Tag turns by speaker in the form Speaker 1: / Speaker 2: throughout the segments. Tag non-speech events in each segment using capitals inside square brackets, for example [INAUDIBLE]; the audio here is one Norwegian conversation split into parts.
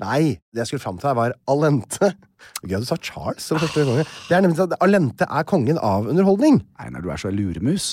Speaker 1: Nei, det jeg skulle fram til her, var Alente. [LAUGHS] Gøy at du sa Charles som første konge. Det er nemlig sånn at Alente er kongen av underholdning.
Speaker 2: Einar, du er så luremus.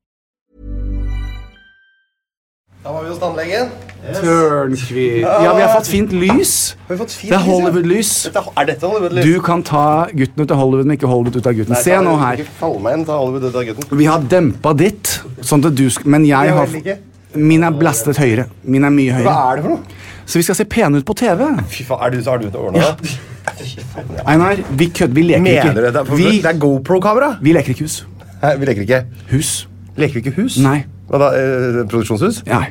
Speaker 1: Da var vi hos tannlegen.
Speaker 2: Tørnquist. Ja, vi har fått fint lys.
Speaker 1: Har vi fått fint
Speaker 2: Det
Speaker 1: lys,
Speaker 2: er
Speaker 1: ja?
Speaker 2: Hollywood-lys.
Speaker 1: Dette, er dette Hollywood-lys?
Speaker 2: Du kan ta gutten ut av Hollywood, men ikke Hollywood ut av gutten.
Speaker 1: Nei,
Speaker 2: Se
Speaker 1: ta-
Speaker 2: nå her.
Speaker 1: Ikke fall meg inn, ta Hollywood ut av gutten.
Speaker 2: Vi har dempa ditt, sånn at du sk... Men jeg
Speaker 1: Jeg
Speaker 2: har
Speaker 1: vil ikke.
Speaker 2: Min er blastet høyere. Min er mye
Speaker 1: Hva
Speaker 2: høyere.
Speaker 1: er det for noe?
Speaker 2: Så vi skal se pene ut på TV.
Speaker 1: Fy faen, er du så har du det ordna? [LAUGHS] Ja.
Speaker 2: Einar, vi kødder. Vi leker
Speaker 1: Mener du det? Det
Speaker 2: ikke.
Speaker 1: er,
Speaker 2: Vi,
Speaker 1: det er GoPro-kamera?
Speaker 2: vi leker ikke hus.
Speaker 1: Nei, Vi leker ikke.
Speaker 2: Hus.
Speaker 1: Leker vi ikke hus?
Speaker 2: Nei.
Speaker 1: Hva da? Eh, produksjonshus?
Speaker 2: Nei.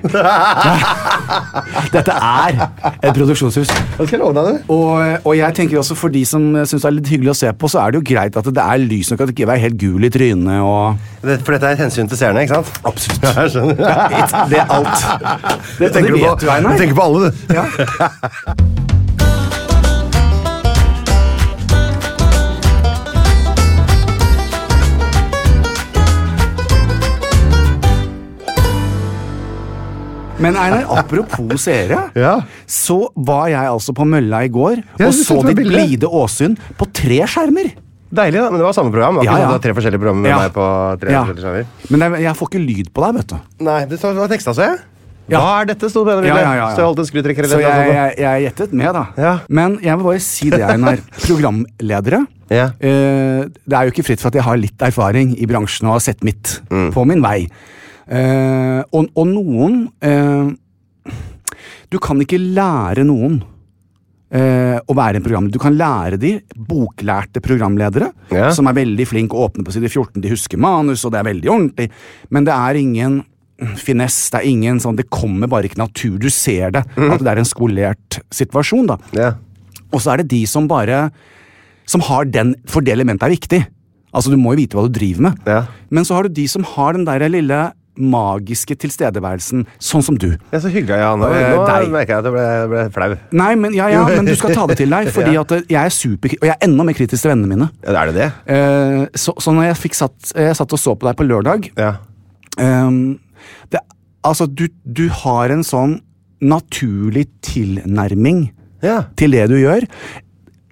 Speaker 2: Dette er et produksjonshus.
Speaker 1: Hva skal jeg love deg, du?
Speaker 2: Og, og jeg tenker også For de som syns det er litt hyggelig å se på, så er det jo greit at det er lys nok at det ikke er helt gul i trynet. og
Speaker 1: Det- For dette er et hensyn til seerne, ikke sant?
Speaker 2: Absolutt.
Speaker 1: Ja, jeg skjønner.
Speaker 2: Det er
Speaker 1: [LAUGHS]
Speaker 2: alt. Det, det
Speaker 1: Tenker du på-
Speaker 2: vet du, Einar.
Speaker 1: tenker på alle, du.
Speaker 2: Ja. Men Einar, apropos seere,
Speaker 1: Ja.
Speaker 2: så var jeg altså på mølla i går
Speaker 1: Ja,
Speaker 2: og
Speaker 1: du
Speaker 2: så
Speaker 1: sendte meg
Speaker 2: ditt
Speaker 1: bilde.
Speaker 2: blide åsyn på tre skjermer.
Speaker 1: Deilig, da. Men det var samme program. Det var
Speaker 2: Ja,
Speaker 1: ikke sånn
Speaker 2: ja.
Speaker 1: at det var tre forskjellige programmer med
Speaker 2: Ja.
Speaker 1: meg på tre
Speaker 2: Ja.
Speaker 1: forskjellige skjermer.
Speaker 2: Men jeg, jeg får ikke lyd på deg, vet du.
Speaker 1: Nei, det står- det var teksta, så jeg.
Speaker 2: Ja.
Speaker 1: Hva er dette, sto det på
Speaker 2: Ja,
Speaker 1: bildet.
Speaker 2: ja, ja, ja.
Speaker 1: Så jeg holdt en skrutrekker eller noe
Speaker 2: Så jeg,
Speaker 1: sånt.
Speaker 2: jeg, jeg gjettet med, da.
Speaker 1: altså. Ja.
Speaker 2: Men jeg vil bare si det,
Speaker 1: [LAUGHS]
Speaker 2: Einar. Programledere.
Speaker 1: Ja.
Speaker 2: Eh, det er jo ikke fritt for at jeg har litt erfaring i bransjen og har sett mitt på min vei. Eh, og, og noen eh, Du kan ikke lære noen eh, å være en programleder. Du kan lære de boklærte programledere,
Speaker 1: Ja.
Speaker 2: som er veldig flinke og åpne på side 14. De husker manus, og det er veldig ordentlig. Men det er ingen finess. Det er ingen sånn, det kommer bare ikke natur. Du ser det. At det er en skolert situasjon. da.
Speaker 1: Ja.
Speaker 2: Og så er det de som bare Som har den, for det elementet er viktig. Altså, du må jo vite hva du driver med.
Speaker 1: Ja.
Speaker 2: Men så har du de som har den der lille magiske tilstedeværelsen, sånn som du.
Speaker 1: Ja, så hyggelig, ja. Nå,
Speaker 2: Eh,
Speaker 1: nå
Speaker 2: deg.
Speaker 1: merker jeg at jeg ble, ble flau.
Speaker 2: Nei, men, ja, ja,
Speaker 1: Jo.
Speaker 2: men du skal ta det til deg, fordi
Speaker 1: [LAUGHS] Ja.
Speaker 2: at eh, jeg er super, og jeg er enda mer kritisk til vennene mine.
Speaker 1: Ja, er det det?
Speaker 2: Eh, så, så når jeg fikk satt, eh, jeg satt og så på deg på lørdag
Speaker 1: Ja.
Speaker 2: ehm, det, Altså, du, du har en sånn naturlig tilnærming
Speaker 1: Ja.
Speaker 2: til det du gjør.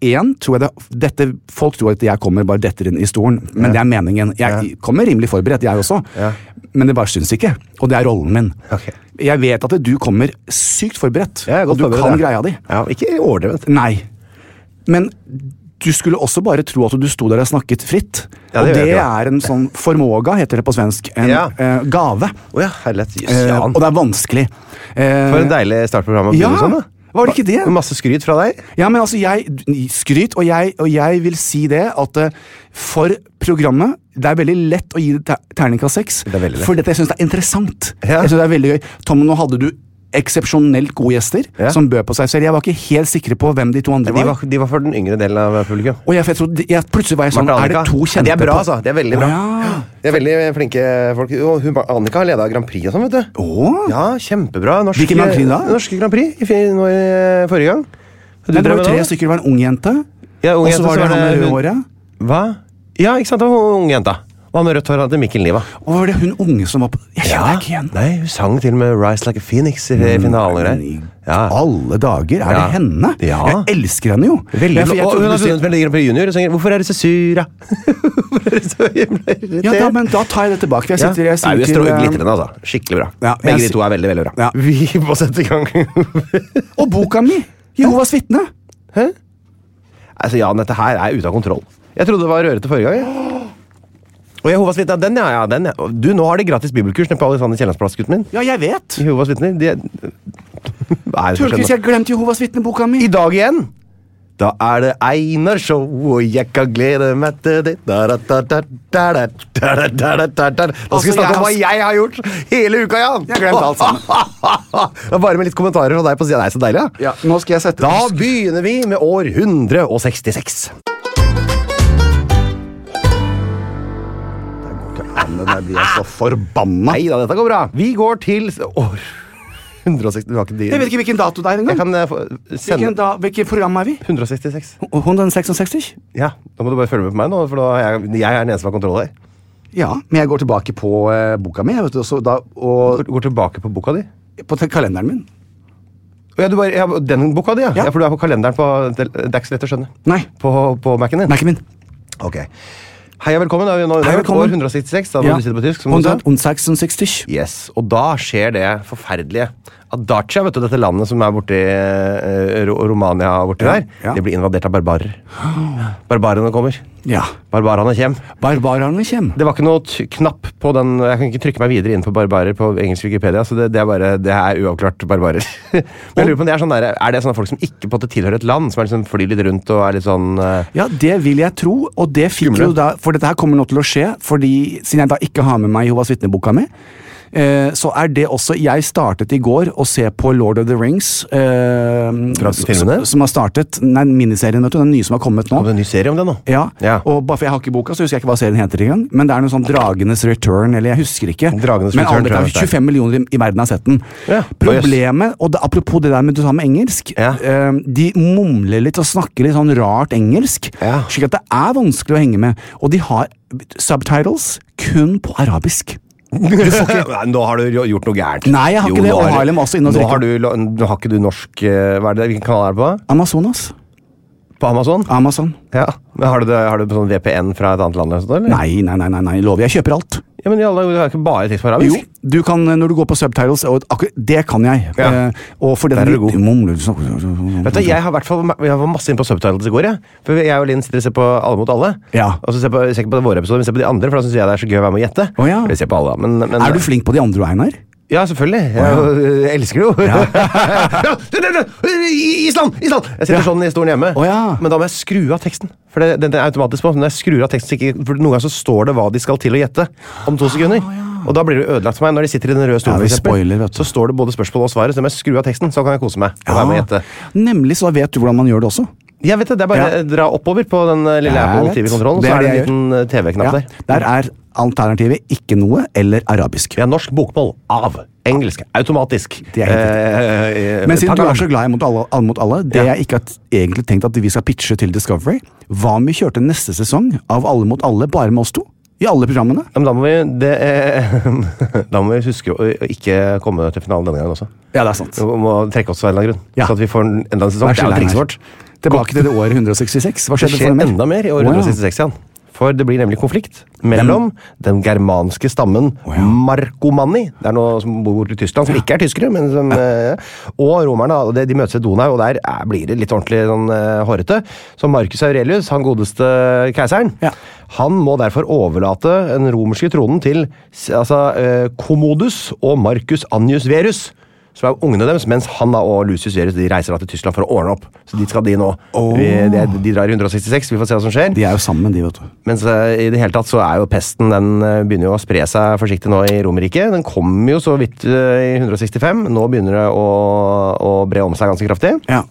Speaker 2: En, tror jeg det, dette, Folk tror at jeg kommer bare detter inn i stolen, men det er meningen. Jeg kommer rimelig forberedt, jeg også,
Speaker 1: Ja.
Speaker 2: men det bare syns ikke. Og det er rollen min.
Speaker 1: Ok.
Speaker 2: Jeg vet at du kommer sykt forberedt,
Speaker 1: Jeg er
Speaker 2: og
Speaker 1: godt
Speaker 2: du
Speaker 1: forberedt,
Speaker 2: kan
Speaker 1: ja.
Speaker 2: greia di.
Speaker 1: ja. Ikke overdrevent.
Speaker 2: Nei. Men du skulle også bare tro at du sto der og snakket fritt.
Speaker 1: Ja,
Speaker 2: og
Speaker 1: det gjør
Speaker 2: det
Speaker 1: jeg ikke,
Speaker 2: er en sånn formåga, heter det på svensk. En
Speaker 1: Ja.
Speaker 2: eh, gave.
Speaker 1: Å ja, herlighet. Jøss,
Speaker 2: Eh,
Speaker 1: Jan.
Speaker 2: og det er vanskelig. Eh,
Speaker 1: For en deilig startprogram.
Speaker 2: ja, var det ikke det?
Speaker 1: Masse skryt fra deg.
Speaker 2: Ja, men altså, jeg Skryt, og jeg, og jeg vil si det at eh, for programmet Det er veldig lett å gi det ter- terningkast seks.
Speaker 1: er veldig lett.
Speaker 2: For dette jeg syns det er interessant.
Speaker 1: Ja.
Speaker 2: Jeg synes det er veldig gøy. Tom, nå hadde du eksepsjonelt gode gjester
Speaker 1: Ja.
Speaker 2: som bød på seg selv. Jeg var ikke helt sikre på hvem de to andre
Speaker 1: De
Speaker 2: var.
Speaker 1: var, de var for den yngre delen av publikum.
Speaker 2: Og jeg, for jeg trodde, jeg, plutselig var jeg sånn
Speaker 1: Martha og
Speaker 2: Er det
Speaker 1: Annika.
Speaker 2: to
Speaker 1: Ja,
Speaker 2: kjente
Speaker 1: de er bra,
Speaker 2: på-
Speaker 1: altså. De er veldig bra.
Speaker 2: Ja.
Speaker 1: De er veldig flinke folk. Og hun, Annika har leda Grand Prix og sånn, vet du.
Speaker 2: Åh.
Speaker 1: Ja, kjempebra. Norske,
Speaker 2: Hvilken Grand Prix da?
Speaker 1: Norske Grand Prix i, fe- nå i forrige gang. Du
Speaker 2: Nei, det var
Speaker 1: drømmer
Speaker 2: jo tre
Speaker 1: om
Speaker 2: stykker. Det var en ung jente.
Speaker 1: Ja, ung
Speaker 2: og
Speaker 1: jente,
Speaker 2: så var
Speaker 1: så
Speaker 2: det
Speaker 1: var
Speaker 2: han med
Speaker 1: det
Speaker 2: rødt
Speaker 1: hun-
Speaker 2: håret.
Speaker 1: Hva? Ja, ikke sant? Det var hun ungjenta. Og han med rødt hår hadde Mikkel Niva.
Speaker 2: Og var det hun unge som var på Jeg kjenner deg ikke igjen.
Speaker 1: Nei, hun sang til og med Rise Like a Phoenix i mm, finalen. og
Speaker 2: Men
Speaker 1: greier.
Speaker 2: i
Speaker 1: Ja.
Speaker 2: alle dager, er
Speaker 1: Ja.
Speaker 2: det henne?
Speaker 1: Ja.
Speaker 2: Jeg elsker henne jo.
Speaker 1: Veldig
Speaker 2: Jeg- for
Speaker 1: bra.
Speaker 2: jeg
Speaker 1: Og
Speaker 2: trodde
Speaker 1: hun har sånn
Speaker 2: du skulle-
Speaker 1: vunnet Melodi Grand Prix Junior og synger 'Hvorfor er du så sur', da? [LAUGHS] Hvorfor er du så jævla irritert?
Speaker 2: ja, da, men da tar jeg det tilbake. for Jeg sitter, jeg
Speaker 1: Nei,
Speaker 2: sier
Speaker 1: vi
Speaker 2: til,
Speaker 1: står
Speaker 2: eh,
Speaker 1: glitrende, altså. Skikkelig bra.
Speaker 2: Ja,
Speaker 1: Begge
Speaker 2: jeg
Speaker 1: de to er veldig veldig bra.
Speaker 2: Ja.
Speaker 1: Vi må sette i gang.
Speaker 2: Og boka mi! Jehovas vitne.
Speaker 1: altså, Jan, dette her er ute av kontroll. Jeg trodde det var rørete forrige gang. jeg. Og Jehovas vitner, den, ja, ja, den, ja. Og Du, nå har de gratis bibelkurs nede på Alexander Kiellands plass, gutten min.
Speaker 2: Ja, jeg vet.
Speaker 1: Jehovas vitner, de er [LAUGHS] Hva er det som skjer
Speaker 2: Turkis,
Speaker 1: nå?
Speaker 2: jeg glemte Jehovas vitne-boka mi.
Speaker 1: I dag igjen! Da er det Einar Show, og jeg kan glede meg til det Da, da, da, da, da, da, da, da, da, da, da, da. Nå skal vi
Speaker 2: Altså,
Speaker 1: snakke
Speaker 2: jeg
Speaker 1: om hva
Speaker 2: har-
Speaker 1: jeg har gjort hele uka, Jan!
Speaker 2: Jeg har glemt
Speaker 1: [LAUGHS]
Speaker 2: alt sammen.
Speaker 1: Det var Bare med litt kommentarer fra deg på sida. Det er så deilig, da.
Speaker 2: Ja, nå skal jeg sette
Speaker 1: Da begynner vi med år 166.
Speaker 2: Der blir jeg så forbanna.
Speaker 1: Nei da, dette går bra. Vi går til s- år 160 Du har ikke de
Speaker 2: Jeg vet ikke hvilken dato det er
Speaker 1: Jeg
Speaker 2: engang.
Speaker 1: kan eh, få-
Speaker 2: Hvilken
Speaker 1: sende
Speaker 2: da- Hvilket program er vi?
Speaker 1: 166.
Speaker 2: 166?
Speaker 1: Ja, Da må du bare følge med på meg, nå, for da er jeg, jeg er den eneste som har kontroll her.
Speaker 2: Ja, men jeg går tilbake på eh, boka mi jeg vet, du, og, så da, og
Speaker 1: Går, går tilbake på boka di.
Speaker 2: på te- kalenderen min.
Speaker 1: Å Ja, du bare, ja, den boka di, ja.
Speaker 2: Ja.
Speaker 1: ja. For du er på kalenderen på Det det er ikke så lett å skjønne.
Speaker 2: Nei.
Speaker 1: På, på Mac-en din.
Speaker 2: Merken min.
Speaker 1: Ok. Hei og velkommen. Da er vi nå
Speaker 2: Hei
Speaker 1: under
Speaker 2: og velkommen.
Speaker 1: år 166. Da må du si det på tysk. som du sa.
Speaker 2: 166.
Speaker 1: Yes, Og da skjer det forferdelige. At Dacia, vet du, dette landet som er borti eh, Ro- Romania, og borti der,
Speaker 2: ja.
Speaker 1: det blir invadert av barbarer. Barbarene kommer.
Speaker 2: Ja.
Speaker 1: Barbarene kommer.
Speaker 2: Barbarerne kjem.
Speaker 1: Det var ikke noe t knapp på den Jeg kan ikke trykke meg videre inn på barbarer på engelsk Wikipedia, så det, det er bare Det er uavklart barbarer. [LAUGHS] Men jeg lurer på om det er sånn der, Er det sånne folk som ikke på en måte tilhører et land, som er liksom flyr litt rundt og er litt sånn eh,
Speaker 2: Ja, det vil jeg tro, og det fikk
Speaker 1: Skumle.
Speaker 2: jo da, for dette her kommer nå til å skje, fordi siden jeg da ikke har med meg Jehovas vitneboka mi, eh, så er det også Jeg startet i går å se på Lord of the Rings. Eh,
Speaker 1: Fra
Speaker 2: s-
Speaker 1: filmene?
Speaker 2: s- Som har startet, nei, miniserien, vet du, den nye som har kommet
Speaker 1: Kom
Speaker 2: nå.
Speaker 1: det en ny serie om det nå?
Speaker 2: Ja,
Speaker 1: Ja.
Speaker 2: og bare for Jeg har ikke boka, så husker jeg ikke hva serien heter. engang Men det er noe sånn Dragenes Return, eller jeg husker ikke.
Speaker 1: Dragenes
Speaker 2: men
Speaker 1: Return,
Speaker 2: alle,
Speaker 1: tror jeg
Speaker 2: det
Speaker 1: det
Speaker 2: er
Speaker 1: er.
Speaker 2: 25 millioner i, i verden har sett den.
Speaker 1: Ja.
Speaker 2: Problemet, og det, apropos det der med du sa med engelsk
Speaker 1: Ja.
Speaker 2: eh, De mumler litt og snakker litt sånn rart engelsk,
Speaker 1: Ja.
Speaker 2: slik at det er vanskelig å henge med. Og de har subtitles kun på arabisk.
Speaker 1: [LAUGHS] Nei, nå har du jo- gjort noe gærent.
Speaker 2: Nei, jeg har ikke det,
Speaker 1: nå
Speaker 2: og
Speaker 1: har du-
Speaker 2: Harlem var også inne
Speaker 1: nå
Speaker 2: og drikket.
Speaker 1: har, du, lo- nå har ikke du norsk eh, hva er det, Hvilken kanal er det på?
Speaker 2: Amazonas.
Speaker 1: På Amazon?
Speaker 2: Amazon.
Speaker 1: Ja. Men har du, det, har du på sånn VPN fra et annet land? eller sånt, Eller?
Speaker 2: Nei, nei, nei, nei, nei, lover. Jeg kjøper alt.
Speaker 1: Ja, men i alle dager, Du har ikke bare tekst på
Speaker 2: Jo,
Speaker 1: arabisk?
Speaker 2: du kan, eh, når du går på subtitles og akkurat, Det kan jeg.
Speaker 1: Ja.
Speaker 2: Eh, og for det
Speaker 1: Der er du god.
Speaker 2: mumler du snakker-
Speaker 1: Vet du, jeg har i hvert fall jeg var masse inne på subtitles i går. Jeg. For jeg og Linn sitter og ser på Alle mot alle.
Speaker 2: Ja.
Speaker 1: Og så ser på, ser ikke på våre episoder, men ser på de andre, for da syns jeg det er så gøy å være med og gjette.
Speaker 2: Å, ja.
Speaker 1: For jeg ser på alle, da. men, men,
Speaker 2: Er du flink på de andre, Einar?
Speaker 1: Ja, selvfølgelig. Jeg, jeg elsker det jo. [LAUGHS] Island! Island! Jeg sitter
Speaker 2: Ja.
Speaker 1: sånn i stolen hjemme.
Speaker 2: Å, ja.
Speaker 1: Men da må jeg skru av teksten. For det, den er automatisk på. Men Når jeg skrur av teksten, så ikke, for Noen ganger så står det hva de skal til å gjette om to sekunder. Og da blir det jo ødelagt for meg. Når de sitter i den røde
Speaker 2: Ja,
Speaker 1: stolen,
Speaker 2: vi
Speaker 1: for eksempel,
Speaker 2: spoiler, vet du.
Speaker 1: så står det både spørsmålet og svaret. Så da må jeg skru av teksten, så kan jeg kose meg. Og være med og gjette.
Speaker 2: Nemlig, så da vet du hvordan man gjør det også.
Speaker 1: Jeg vet det, det er bare
Speaker 2: Ja.
Speaker 1: dra oppover på den eh, lille
Speaker 2: Ja,
Speaker 1: Apple
Speaker 2: jeg vet.
Speaker 1: TV-kontrollen,
Speaker 2: Det
Speaker 1: så er
Speaker 2: er
Speaker 1: det en
Speaker 2: det jeg
Speaker 1: liten eh, TV-knapp
Speaker 2: Ja.
Speaker 1: der.
Speaker 2: Der er alternativet ikke noe eller arabisk.
Speaker 1: Vi har norsk bokmål av engelsk. Automatisk.
Speaker 2: Det er helt
Speaker 1: Eh, eh,
Speaker 2: Men siden du
Speaker 1: Tagan.
Speaker 2: er så glad i mot alle, alle mot alle, det
Speaker 1: Ja.
Speaker 2: jeg ikke har egentlig tenkt at vi skal pitche til Discovery, hva om vi kjørte neste sesong av Alle mot alle bare med oss to? I alle programmene?
Speaker 1: Ja, Men da må vi det, eh, [LAUGHS] Da må vi huske å å ikke komme til finalen denne gangen også.
Speaker 2: Ja, det er sant.
Speaker 1: Vi må trekke oss av en eller annen grunn.
Speaker 2: Ja.
Speaker 1: Så at vi får en- enda en sesong.
Speaker 2: Vær
Speaker 1: Det er
Speaker 2: så
Speaker 1: jo
Speaker 2: snill,
Speaker 1: trikset
Speaker 2: Einar.
Speaker 1: vårt.
Speaker 2: Tilbake til det året 166. Hva
Speaker 1: Det
Speaker 2: skjedde for
Speaker 1: skjer
Speaker 2: meg?
Speaker 1: enda mer i år
Speaker 2: Å, ja.
Speaker 1: 166 igjen. For det blir nemlig konflikt mellom den germanske stammen Markomanni, det er noe som bor borte i Tyskland, som ikke er tyskere, men som, eh, og romerne. da, og det- De møtes ved Donau, og der eh, blir det litt ordentlig sånn, eh, hårete. Så Marcus Aurelius, han godeste keiseren,
Speaker 2: Ja.
Speaker 1: han må derfor overlate den romerske tronen til s- altså, eh, Commodus og Marcus Annius Verus. Som er ungene deres, mens han da og Lucius Verus de reiser da til Tyskland for å ordne opp. Så dit skal de nå. Vi, de, de drar i 166, vi får se hva som skjer.
Speaker 2: De er jo sammen, de, vet du.
Speaker 1: Mens eh, i det hele tatt så er jo pesten Den eh, begynner jo å spre seg forsiktig nå i Romerriket. Den kom jo så vidt eh, i 165. Nå begynner det å, å bre om seg ganske kraftig.
Speaker 2: Ja.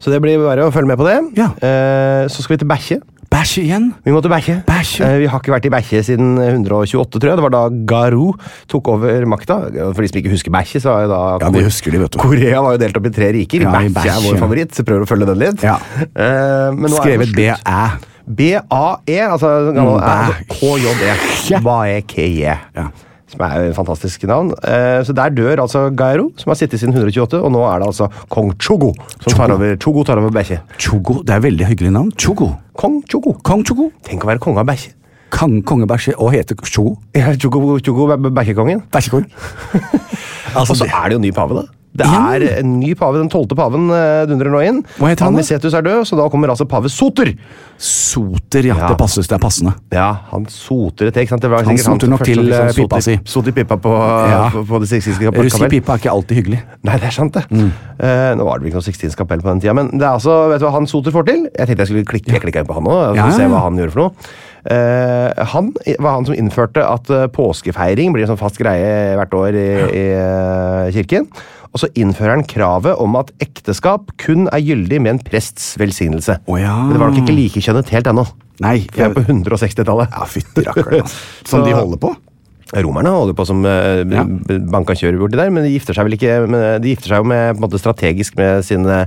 Speaker 1: Så det blir bare å følge med på det.
Speaker 2: Ja.
Speaker 1: Eh, så skal vi til Bækkje.
Speaker 2: Bæsj igjen!
Speaker 1: Vi må til Bækkje.
Speaker 2: Bækkje.
Speaker 1: Eh, vi har ikke vært i Bækkje siden 128, tror jeg. Det var da Garo tok over makta. For de som ikke husker Bækkje, så er jo da
Speaker 2: Ja, de husker de, vet du.
Speaker 1: Korea var jo delt opp i tre riker.
Speaker 2: Ja,
Speaker 1: Bækkje er
Speaker 2: i Bækkje.
Speaker 1: vår favoritt. så Prøver å følge den litt.
Speaker 2: Ja.
Speaker 1: Eh, men nå er det
Speaker 2: Skrevet
Speaker 1: slutt.
Speaker 2: BÆ.
Speaker 1: BAE, altså gammel
Speaker 2: Mm,
Speaker 1: er
Speaker 2: bæ.
Speaker 1: KJE.
Speaker 2: Ja.
Speaker 1: Bae-KE.
Speaker 2: Ja.
Speaker 1: E Som er et fantastisk navn. Eh, Så der dør altså Gairo, som har sittet siden 128, og nå er det altså kong Chogo som tar over, Chogo tar over Bækkje.
Speaker 2: Chogo. Det er veldig hyggelig navn. Chogo.
Speaker 1: Kong Chogo.
Speaker 2: Kong Chogo.
Speaker 1: Tenk å være konge av Bækkje.
Speaker 2: Kong, kongebæsj og heter Chogo.
Speaker 1: Ja, Chogo, Chogo er Bækkjekongen. [LAUGHS]
Speaker 2: Bæsjekong. Altså,
Speaker 1: Og så er Altså det jo en ny pave, da. Det er en ny pave, Den tolvte paven eh, dundrer nå inn.
Speaker 2: Hva heter han da?
Speaker 1: Anicetus er død, så da kommer altså pave Soter.
Speaker 2: Soter, ja.
Speaker 1: Ja.
Speaker 2: Det passes, det er passende.
Speaker 1: Ja, han soter det til. ikke sant? Det var
Speaker 2: Han
Speaker 1: sikkert
Speaker 2: soter
Speaker 1: som
Speaker 2: nok
Speaker 1: først
Speaker 2: til,
Speaker 1: liksom
Speaker 2: eh,
Speaker 1: sot i-
Speaker 2: pipa si.
Speaker 1: Sot i pipa på,
Speaker 2: Ja.
Speaker 1: på, på det sixtinske kapell.
Speaker 2: Russ i pipa er ikke alltid hyggelig.
Speaker 1: Nei, det er sant, det.
Speaker 2: Mm.
Speaker 1: Eh, nå var det vel ikke noe sixtinsk kapell på den tida, men det er altså, vet du hva han soter får til? Jeg tenkte jeg skulle klikke jeg klikket inn på han òg,
Speaker 2: Ja, ja,
Speaker 1: se
Speaker 2: ja.
Speaker 1: hva han gjorde for noe. Eh, han var han som innførte at eh, påskefeiring blir en sånn fast greie hvert år i, i eh, kirken. Og så innfører han kravet om at ekteskap kun er gyldig med en prests velsignelse.
Speaker 2: Å ja.
Speaker 1: Men det var nok ikke likekjønnet helt ennå.
Speaker 2: Nei.
Speaker 1: Vi er på 160-tallet.
Speaker 2: Ja, fytti [LAUGHS] rakkeren. altså. Som
Speaker 1: Så-
Speaker 2: de holder på?
Speaker 1: Romerne holder på som eh,
Speaker 2: Ja.
Speaker 1: b- banka kjører borti der, men de gifter seg vel ikke med, De gifter seg jo med, på en måte strategisk med sine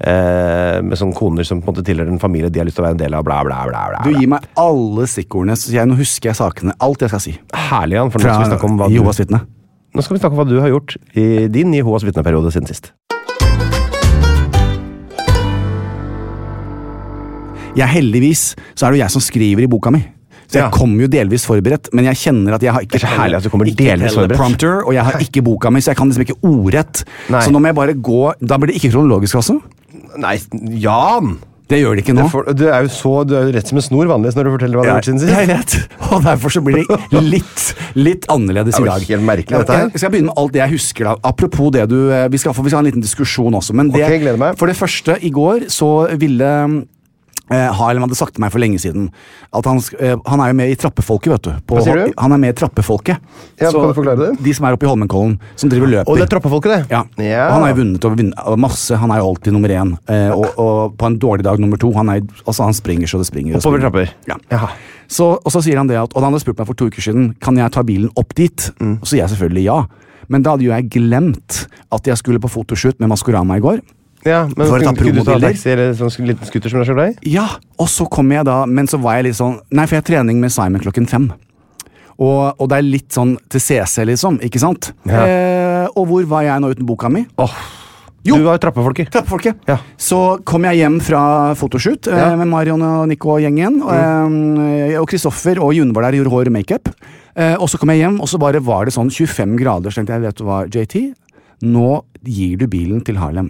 Speaker 1: eh, med sånne koner som på en måte tilhører en familie de har lyst til å være en del av, bla, bla, bla. bla,
Speaker 2: Du
Speaker 1: bla.
Speaker 2: gir meg alle stikkordene, så jeg, nå husker jeg sakene. Alt jeg skal si.
Speaker 1: Herlig, Jan, for nå skal, vi snakke om hva du,
Speaker 2: Jehovas vitne.
Speaker 1: nå skal vi snakke om hva du har gjort i din Jehovas vitneperiode siden sist.
Speaker 2: Jeg heldigvis så er det jo jeg som skriver i boka mi. Så jeg
Speaker 1: Ja.
Speaker 2: kom jo delvis forberedt, men jeg kjenner at jeg har ikke
Speaker 1: Det er så herlig at du kommer
Speaker 2: ikke
Speaker 1: delvis forberedt.
Speaker 2: teleprompter, og jeg har ikke boka mi, så jeg kan liksom ikke ordrett.
Speaker 1: Nei.
Speaker 2: Så nå må jeg bare gå Da blir det ikke kronologisk også?
Speaker 1: Nei, Jan!
Speaker 2: Det gjør det ikke nå.
Speaker 1: du er jo så du er jo rett som en snor vanligvis når du forteller hva du
Speaker 2: Ja,
Speaker 1: har gjort siden
Speaker 2: jeg
Speaker 1: sist.
Speaker 2: vet, og derfor så blir det litt, litt annerledes
Speaker 1: Det
Speaker 2: i
Speaker 1: var
Speaker 2: dag.
Speaker 1: helt merkelig, dette her.
Speaker 2: Jeg skal begynne med alt det jeg husker. da. Apropos det du eh, Vi skal, få- vi skal ha en liten diskusjon også. Men det,
Speaker 1: Ok, jeg gleder meg.
Speaker 2: for det første, i går så ville eh, Harlem hadde sagt til meg for lenge siden at han, sk- eh, han er jo med i Trappefolket, vet du. På,
Speaker 1: Hva sier du?
Speaker 2: Han er med i Trappefolket.
Speaker 1: Ja, kan du forklare det?
Speaker 2: De som er oppe i Holmenkollen, som driver og løper.
Speaker 1: [LAUGHS] Og det er troppefolket, det.
Speaker 2: Ja. Og han har jo vunnet og vunnet og masse. Han er jo alltid nummer én. Eh, og, og på en dårlig dag nummer to. Han, er, altså, han springer så det springer. og
Speaker 1: Oppover
Speaker 2: springer.
Speaker 1: trapper.
Speaker 2: Ja.
Speaker 1: Jaha.
Speaker 2: Så, og så sier han det at, og han hadde spurt meg for to uker siden kan jeg ta bilen opp dit. Og så sier jeg selvfølgelig ja. Men da hadde jo jeg glemt at jeg skulle på fotoshoot med Maskorama i går.
Speaker 1: Ja, men
Speaker 2: For å ta
Speaker 1: kunne, kunne du ta
Speaker 2: promobilder.
Speaker 1: taxi eller sånn sk- liten scooter som deg sjøl?
Speaker 2: Ja, og så kom jeg da, men så var jeg litt sånn Nei, for jeg har trening med Simon klokken fem. Og, og det er litt sånn til CC, liksom. Ikke sant?
Speaker 1: Ja.
Speaker 2: Eh, og hvor var jeg nå uten boka mi? Jo.
Speaker 1: Du var trappefolket.
Speaker 2: Trappefolket.
Speaker 1: Ja.
Speaker 2: Så kom jeg hjem fra fotoshoot eh,
Speaker 1: Ja.
Speaker 2: med Marion og Nico og gjengen. eh, og Kristoffer og June var der og gjorde hår og makeup. Eh, og så kom jeg hjem, og så bare var det sånn 25 grader. Så tenkte jeg, vet du hva, JT? Nå gir du bilen til Harlem.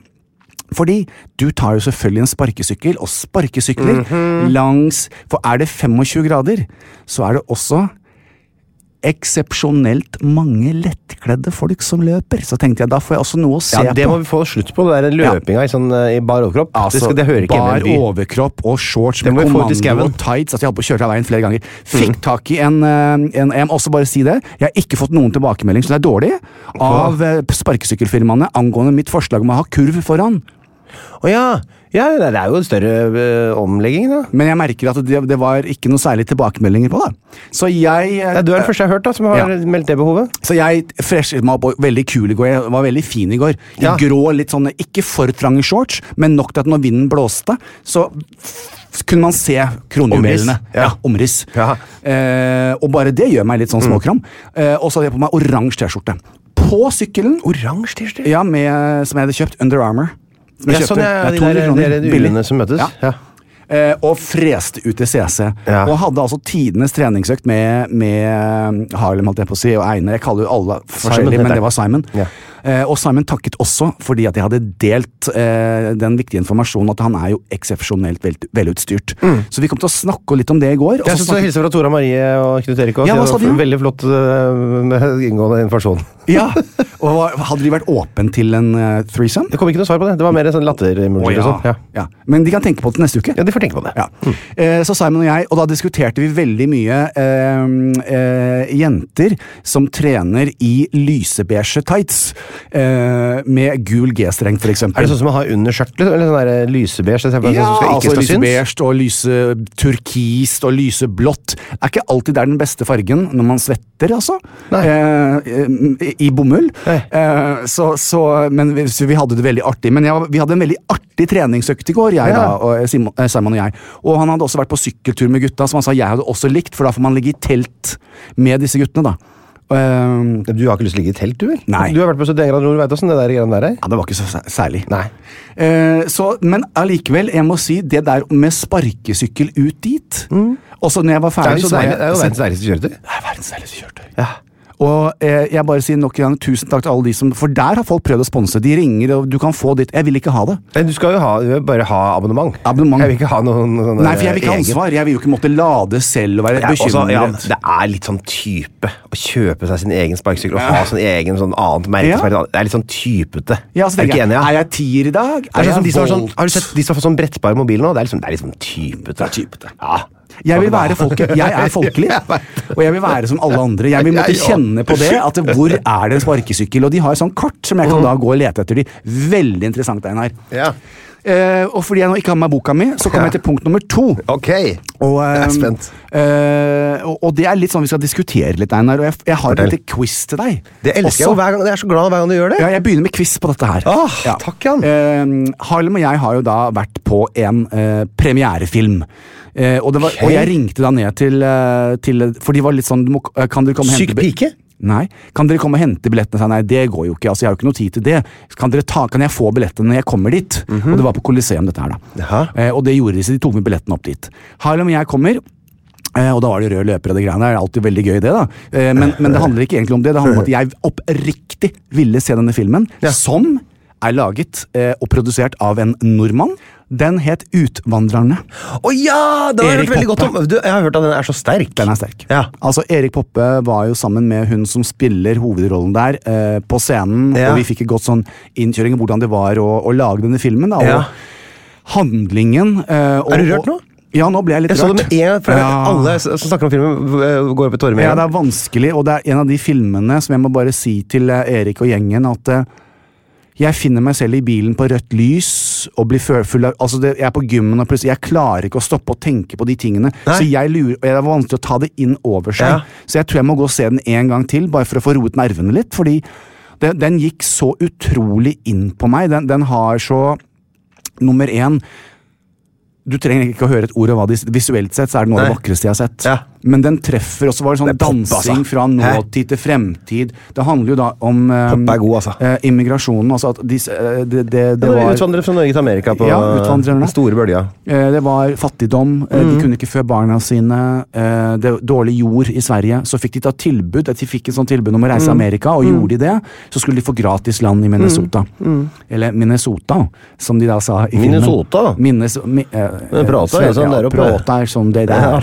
Speaker 2: Fordi du tar jo selvfølgelig en sparkesykkel, og sparkesykler Mhm. langs For er det 25 grader, så er det også eksepsjonelt mange lettkledde folk som løper. Så tenkte jeg, da får jeg også noe å se
Speaker 1: Ja, det
Speaker 2: på. Altså,
Speaker 1: må vi få slutt på. Det der løpinga i, sånn, eh, i bar overkropp. det, skal, det hører ikke
Speaker 2: bar
Speaker 1: hjemme i en by.
Speaker 2: overkropp og shorts
Speaker 1: Det
Speaker 2: med
Speaker 1: må vi få Mm. ut i
Speaker 2: kommando og
Speaker 1: skauen.
Speaker 2: tights. Altså, jeg holdt på å kjøre av veien flere ganger. Fikk tak i en, eh, en Jeg må også bare si det. Jeg har ikke fått noen tilbakemelding, så det er dårlig, av eh, sparkesykkelfirmaene angående mitt forslag om å ha kurv foran.
Speaker 1: Å ja. ja! Det er jo en større eh, omlegging, da.
Speaker 2: Men jeg merker at det, det var ikke noe særlig tilbakemeldinger på det. Så jeg, eh,
Speaker 1: Nei, du er den første jeg har hørt da, som har
Speaker 2: Ja.
Speaker 1: meldt det behovet.
Speaker 2: så jeg freshet meg opp og veldig kul i går. Jeg var veldig fin i går. I
Speaker 1: Ja.
Speaker 2: grå, litt sånne ikke for trange shorts, men nok til at når vinden blåste, så f- kunne man se kronjuvelene.
Speaker 1: Omriss, ja.
Speaker 2: omriss.
Speaker 1: Ja. Mm.
Speaker 2: Eh, og bare det gjør meg litt sånn småkram. Eh, og så hadde jeg på meg oransje T-skjorte. På sykkelen,
Speaker 1: Oransje T-skjorte? Ja,
Speaker 2: ja, med, som jeg hadde kjøpt, Under Armour. Som jeg
Speaker 1: sånn,
Speaker 2: kjøpte.
Speaker 1: ja,
Speaker 2: Det er
Speaker 1: de
Speaker 2: 200
Speaker 1: der,
Speaker 2: kroner,
Speaker 1: de der
Speaker 2: billig.
Speaker 1: ulene som møtes.
Speaker 2: Ja.
Speaker 1: Ja.
Speaker 2: eh, og freste ut til CC.
Speaker 1: Ja.
Speaker 2: Og hadde altså tidenes treningsøkt med, med Harlem, holdt jeg på å si, og Einar. Jeg kaller jo alle
Speaker 1: Simon
Speaker 2: forskjellig,
Speaker 1: heter
Speaker 2: men
Speaker 1: jeg.
Speaker 2: det var Simon.
Speaker 1: Ja.
Speaker 2: Eh, og Simon takket også fordi at jeg hadde delt eh, den viktige informasjonen at han er jo eksepsjonelt vel, velutstyrt.
Speaker 1: Mm.
Speaker 2: Så vi kom til å snakke litt om det i går. og så
Speaker 1: Jeg synes du
Speaker 2: snakket-
Speaker 1: hilse fra Tora Marie og Knut Erik. også.
Speaker 2: Ja, hva sa
Speaker 1: Det var
Speaker 2: de?
Speaker 1: Veldig flott øh, med inngående informasjon.
Speaker 2: ja, og hva- Hadde de vært åpen til en eh, threesome?
Speaker 1: Det kom ikke noe svar på det. Det var mer sånn lattermulighet.
Speaker 2: Å,
Speaker 1: og sånn.
Speaker 2: ja.
Speaker 1: Ja.
Speaker 2: Ja. Men de kan tenke på det til neste uke.
Speaker 1: ja, de får tenke på det.
Speaker 2: Ja. Eh, Så Simon og jeg, og da diskuterte vi veldig mye eh, eh, jenter som trener i lysebeige tights eh, med gul G-streng, for eksempel.
Speaker 1: Er det sånn som å ha under skjørt? liksom? Eller sånn der lysebeige? så jeg ser for meg
Speaker 2: ja,
Speaker 1: sånn som skal
Speaker 2: altså
Speaker 1: ikke stå syns?
Speaker 2: lysebeige og lyse turkist og lyse blått. Er ikke alltid det er den beste fargen når man svetter, altså.
Speaker 1: Nei.
Speaker 2: Eh, eh, I bomull.
Speaker 1: Nei.
Speaker 2: Eh, så, så, men vi, så vi hadde det veldig artig. Men jeg, var- vi hadde en veldig artig treningsøkt i går, jeg da,
Speaker 1: Ja.
Speaker 2: og Simon, eh, Simon og jeg. Og han hadde også vært på sykkeltur med gutta, som han sa jeg hadde også likt, for da får man ligge i telt med disse guttene, da. Eh,
Speaker 1: Du har ikke lyst til å ligge i telt, du vel?
Speaker 2: Nei.
Speaker 1: Du har vært på 71 grader nord, veit åssen det der greiene der er?
Speaker 2: ja, det var ikke så sær- særlig.
Speaker 1: Nei.
Speaker 2: Eh, så, men allikevel, jeg må si det der med sparkesykkel ut dit Og så når jeg var
Speaker 1: Mm. Det er
Speaker 2: ferdig
Speaker 1: jo så
Speaker 2: var
Speaker 1: deilig. Det er jo
Speaker 2: jeg,
Speaker 1: verdens deiligste kjøretøy.
Speaker 2: Det er verdens deiligste kjøretøy.
Speaker 1: Ja.
Speaker 2: Og eh, jeg bare sier nok en gang tusen takk til alle de som For der har folk prøvd å sponse. De ringer og du kan få ditt Jeg vil ikke ha det.
Speaker 1: Men du skal jo ha, du vil bare ha abonnement.
Speaker 2: Abonnement.
Speaker 1: Jeg vil ikke ha noen sånne
Speaker 2: Nei, for jeg vil ikke ha
Speaker 1: egen-
Speaker 2: ansvar. Jeg vil jo ikke måtte lade selv og være
Speaker 1: Ja, også, ja,
Speaker 2: bekymret.
Speaker 1: det er litt sånn type å kjøpe seg sin egen sparkesykkel og ha sin egen sånn annet merke.
Speaker 2: Ja.
Speaker 1: som er litt annet. Det er litt sånn typete.
Speaker 2: Ja,
Speaker 1: er du
Speaker 2: så tenker
Speaker 1: ikke
Speaker 2: jeg,
Speaker 1: enig?
Speaker 2: er
Speaker 1: Ja?
Speaker 2: jeg tier i dag?
Speaker 1: Det er sånn, som de som har, sånn,
Speaker 2: Volt?
Speaker 1: har du sett de som har fått sånn brettbar mobil nå? Det er liksom, det er liksom typete. Ja.
Speaker 2: Jeg vil være folke, jeg er folkelig,
Speaker 1: [LAUGHS] Jeg vet det.
Speaker 2: og jeg vil være som alle andre. Jeg vil måtte
Speaker 1: Jeg òg.
Speaker 2: kjenne på det. at det- Hvor er det en sparkesykkel? Og de har et sånt kart som jeg kan da gå og lete etter. de. Veldig interessant, Einar.
Speaker 1: Ja.
Speaker 2: Eh, og fordi jeg nå ikke har med meg boka mi, så kommer jeg til punkt nummer to.
Speaker 1: Ok.
Speaker 2: Og,
Speaker 1: Jeg er
Speaker 2: ehm,
Speaker 1: spent.
Speaker 2: eh, og, og det er litt sånn vi skal diskutere litt, Einar. Og jeg, jeg har et
Speaker 1: Fortell.
Speaker 2: lite quiz til deg.
Speaker 1: Det elsker jeg jo
Speaker 2: også.
Speaker 1: hver gang. Jeg er så glad hver gang du gjør det.
Speaker 2: Ja, jeg begynner med quiz på dette her.
Speaker 1: Åh, takk, Jan.
Speaker 2: Ehm, Harlem og jeg har jo da vært på en eh, premierefilm. Eh, og, det var,
Speaker 1: Ok.
Speaker 2: og jeg ringte da ned til, eh, til For de var litt sånn du må, eh, Kan dere komme og hente
Speaker 1: Syk
Speaker 2: bi-
Speaker 1: pike?
Speaker 2: Nei. Kan dere komme og hente billettene? Sa jeg, nei, det går jo ikke. Altså, jeg har jo ikke noe tid til det. Kan, dere ta, kan jeg få billettene når jeg kommer dit? Og det var på Coliseum, dette her, da.
Speaker 1: Mhm. Jaha.
Speaker 2: Eh, og det gjorde de, så de tok med billettene opp dit. Harlem og jeg kommer. eh, Og da var det rød løper og det greiene der. Det er alltid veldig gøy, det, da. Eh, Men, men det handler ikke egentlig om det. Det handler om at jeg oppriktig ville se denne filmen,
Speaker 1: Ja.
Speaker 2: som er laget eh, og produsert av en nordmann. Den het Utvandrerne.
Speaker 1: Å ja! Det har jeg
Speaker 2: Erik
Speaker 1: hørt veldig godt om. Du, jeg har hørt at den er så sterk.
Speaker 2: Den er sterk.
Speaker 1: Ja.
Speaker 2: Altså, Erik Poppe var jo sammen med hun som spiller hovedrollen der, eh, på scenen.
Speaker 1: Ja.
Speaker 2: Og vi fikk en godt sånn innkjøring i hvordan det var å, å lage denne filmen. Da, og
Speaker 1: Ja.
Speaker 2: handlingen eh, og,
Speaker 1: Er du rørt nå?
Speaker 2: og- Ja, nå ble jeg litt
Speaker 1: Jeg så det med
Speaker 2: rørt.
Speaker 1: en gang, for
Speaker 2: Ja.
Speaker 1: alle som snakker om filmen, øh, går opp i tårer med
Speaker 2: Ja,
Speaker 1: en
Speaker 2: det
Speaker 1: gang.
Speaker 2: er vanskelig, og det er en av de filmene som jeg må bare si til eh, Erik og gjengen at eh, jeg finner meg selv i bilen på rødt lys og blir fø- full av Altså, det, jeg er på gymmen og plutselig Jeg klarer ikke å stoppe å tenke på de tingene.
Speaker 1: Nei.
Speaker 2: Så jeg lurer Og det er vanskelig å ta det inn over seg.
Speaker 1: Ja.
Speaker 2: Så jeg tror jeg må gå og se den en gang til, bare for å få roet nervene litt, fordi det, den gikk så utrolig inn på meg. Den, den har så Nummer én du trenger ikke å høre et ord av hva de Visuelt sett så er det noe av det
Speaker 1: Nei.
Speaker 2: vakreste jeg har sett.
Speaker 1: Ja.
Speaker 2: Men den treffer også. var det sånn
Speaker 1: Det er pop,
Speaker 2: Dansing
Speaker 1: altså.
Speaker 2: fra nåtid til fremtid. Det handler jo da om eh,
Speaker 1: Pop er god, altså.
Speaker 2: eh, immigrasjonen. Altså at disse, eh, det, det, det,
Speaker 1: Det var
Speaker 2: var
Speaker 1: utvandrere fra Norge til Amerika på
Speaker 2: Ja, utvandrerne.
Speaker 1: den store bølja.
Speaker 2: Eh, Det var fattigdom, eh,
Speaker 1: Mm.
Speaker 2: de kunne ikke fø barna sine. eh, Det var dårlig jord i Sverige. Så fikk de ta tilbud, at de fikk et sånt tilbud om å
Speaker 1: Mm.
Speaker 2: reise til Amerika, og gjorde de det, så skulle de få gratis land i Minnesota.
Speaker 1: Mm.
Speaker 2: Eller Minnesota, som de da sa i filmen.
Speaker 1: Minnesota?
Speaker 2: Minnes, mi, eh,
Speaker 1: Men prata er jo sånn
Speaker 2: ja,
Speaker 1: der oppe.
Speaker 2: Prata er sånn det der.
Speaker 1: Ja.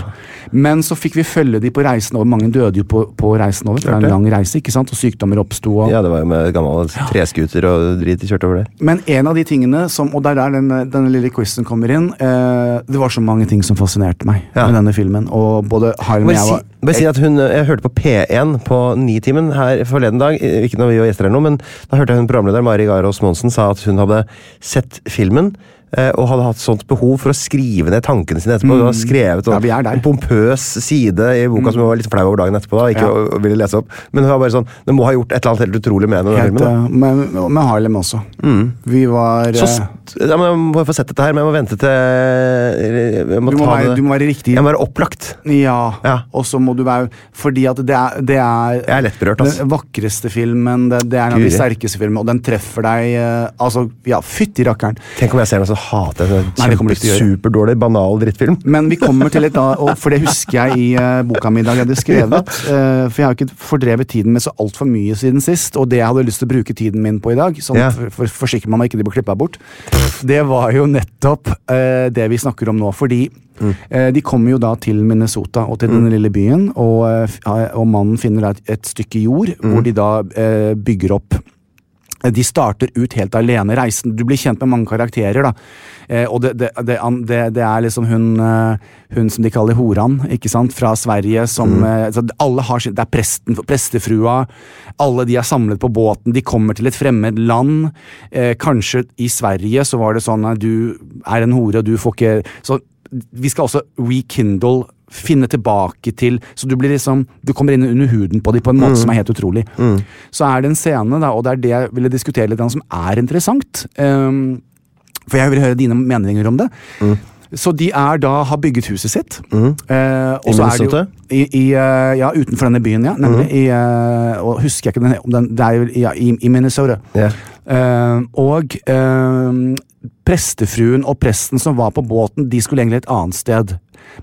Speaker 2: Men så fikk vi følge de på reisen over. Mange døde jo på, på reisen over, for det er en lang reise, ikke sant? og sykdommer oppsto. Og,
Speaker 1: Ja, det var jo med gamle treskuter og drit de kjørte over der.
Speaker 2: men en av de tingene som Og det er der den, denne lille quizen kommer inn. Eh, det var så mange ting som fascinerte meg
Speaker 1: Ja.
Speaker 2: med denne filmen. Og både Harlem og
Speaker 1: Bare
Speaker 2: jeg
Speaker 1: si,
Speaker 2: var
Speaker 1: bare si at hun, eh, Jeg hørte på P1 på Nitimen her forleden dag. eh, Ikke når vi var gjester, eller noe, men da hørte jeg hun programleder Mari Garås Monsen sa at hun hadde sett filmen. eh, Og hadde hatt sånt behov for å skrive ned tankene sine etterpå. Hun har skrevet
Speaker 2: Mm. Ja,
Speaker 1: sånn
Speaker 2: vi er der. Mm.
Speaker 1: en pompøs side i boka som hun var litt flau over dagen etterpå. da, ikke
Speaker 2: Ja.
Speaker 1: å- ville lese opp. Men hun var bare sånn, det må ha gjort et eller annet helt utrolig med henne. den
Speaker 2: helt,
Speaker 1: filmen, da. Mm.
Speaker 2: eh, med, med Harlem også. Vi var
Speaker 1: Så,
Speaker 2: eh,
Speaker 1: st- ja, men jeg må få sett dette her, men jeg må vente til jeg må
Speaker 2: du, må
Speaker 1: ta
Speaker 2: være,
Speaker 1: det.
Speaker 2: du må være riktig.
Speaker 1: Jeg må være opplagt.
Speaker 2: Ja.
Speaker 1: Ja.
Speaker 2: Og så må du være Fordi at det er, det er
Speaker 1: Jeg er lett berørt, altså.
Speaker 2: Den vakreste filmen, det, det er en av de
Speaker 1: Guri.
Speaker 2: sterkeste filmene, og den treffer deg eh, Altså, ja, fytti rakkeren.
Speaker 1: Tenk om jeg ser noe så hater jeg det.
Speaker 2: Nei, det kommer du ikke til å gjøre.
Speaker 1: Superdårlig, banal drittfilm.
Speaker 2: Men vi kommer til et da, og for det husker jeg i eh, boka mi i dag jeg hadde skrevet. eh, for jeg har jo ikke fordrevet tiden med så altfor mye siden sist, og det jeg hadde lyst til å bruke tiden min på i dag, sånn
Speaker 1: Ja.
Speaker 2: at for, for, forsikrer man meg ikke det blir klippa bort, det var jo nettopp eh, det vi snakker om nå. Fordi eh, de kommer jo da til Minnesota og til den lille byen, og, eh, f- og mannen finner da et, et stykke jord hvor de da eh, bygger opp de starter ut helt alene. Reisen, du blir kjent med mange karakterer. da. Eh, og det, det, det, an- det, det er liksom hun, eh, hun som de kaller horan, ikke sant? fra Sverige. som... Eh, så alle har sin, Det er presten, prestefrua. Alle de er samlet på båten. De kommer til et fremmed land. Eh, kanskje i Sverige så var det sånn at du er en hore, og du får ikke Så vi skal også rekindle finne tilbake til Så du blir liksom Du kommer inn under huden på dem på en
Speaker 1: Mm.
Speaker 2: måte som er helt utrolig. Så er det en scene, da, og det er det jeg ville diskutere litt, grann som er interessant. ehm, for jeg vil høre dine meninger om det. Så de er da har bygget huset sitt. eh,
Speaker 1: Mm.
Speaker 2: og
Speaker 1: I
Speaker 2: så er det jo-
Speaker 1: Minnesota? Mm.
Speaker 2: i, i, eh, ja, utenfor denne byen, ja. Nemlig. I, eh, og husker jeg ikke den, om den Det er jo ja, i, i Minnesota.
Speaker 1: Ja.
Speaker 2: Eh, og eh, prestefruen og presten som var på båten, de skulle egentlig et annet sted.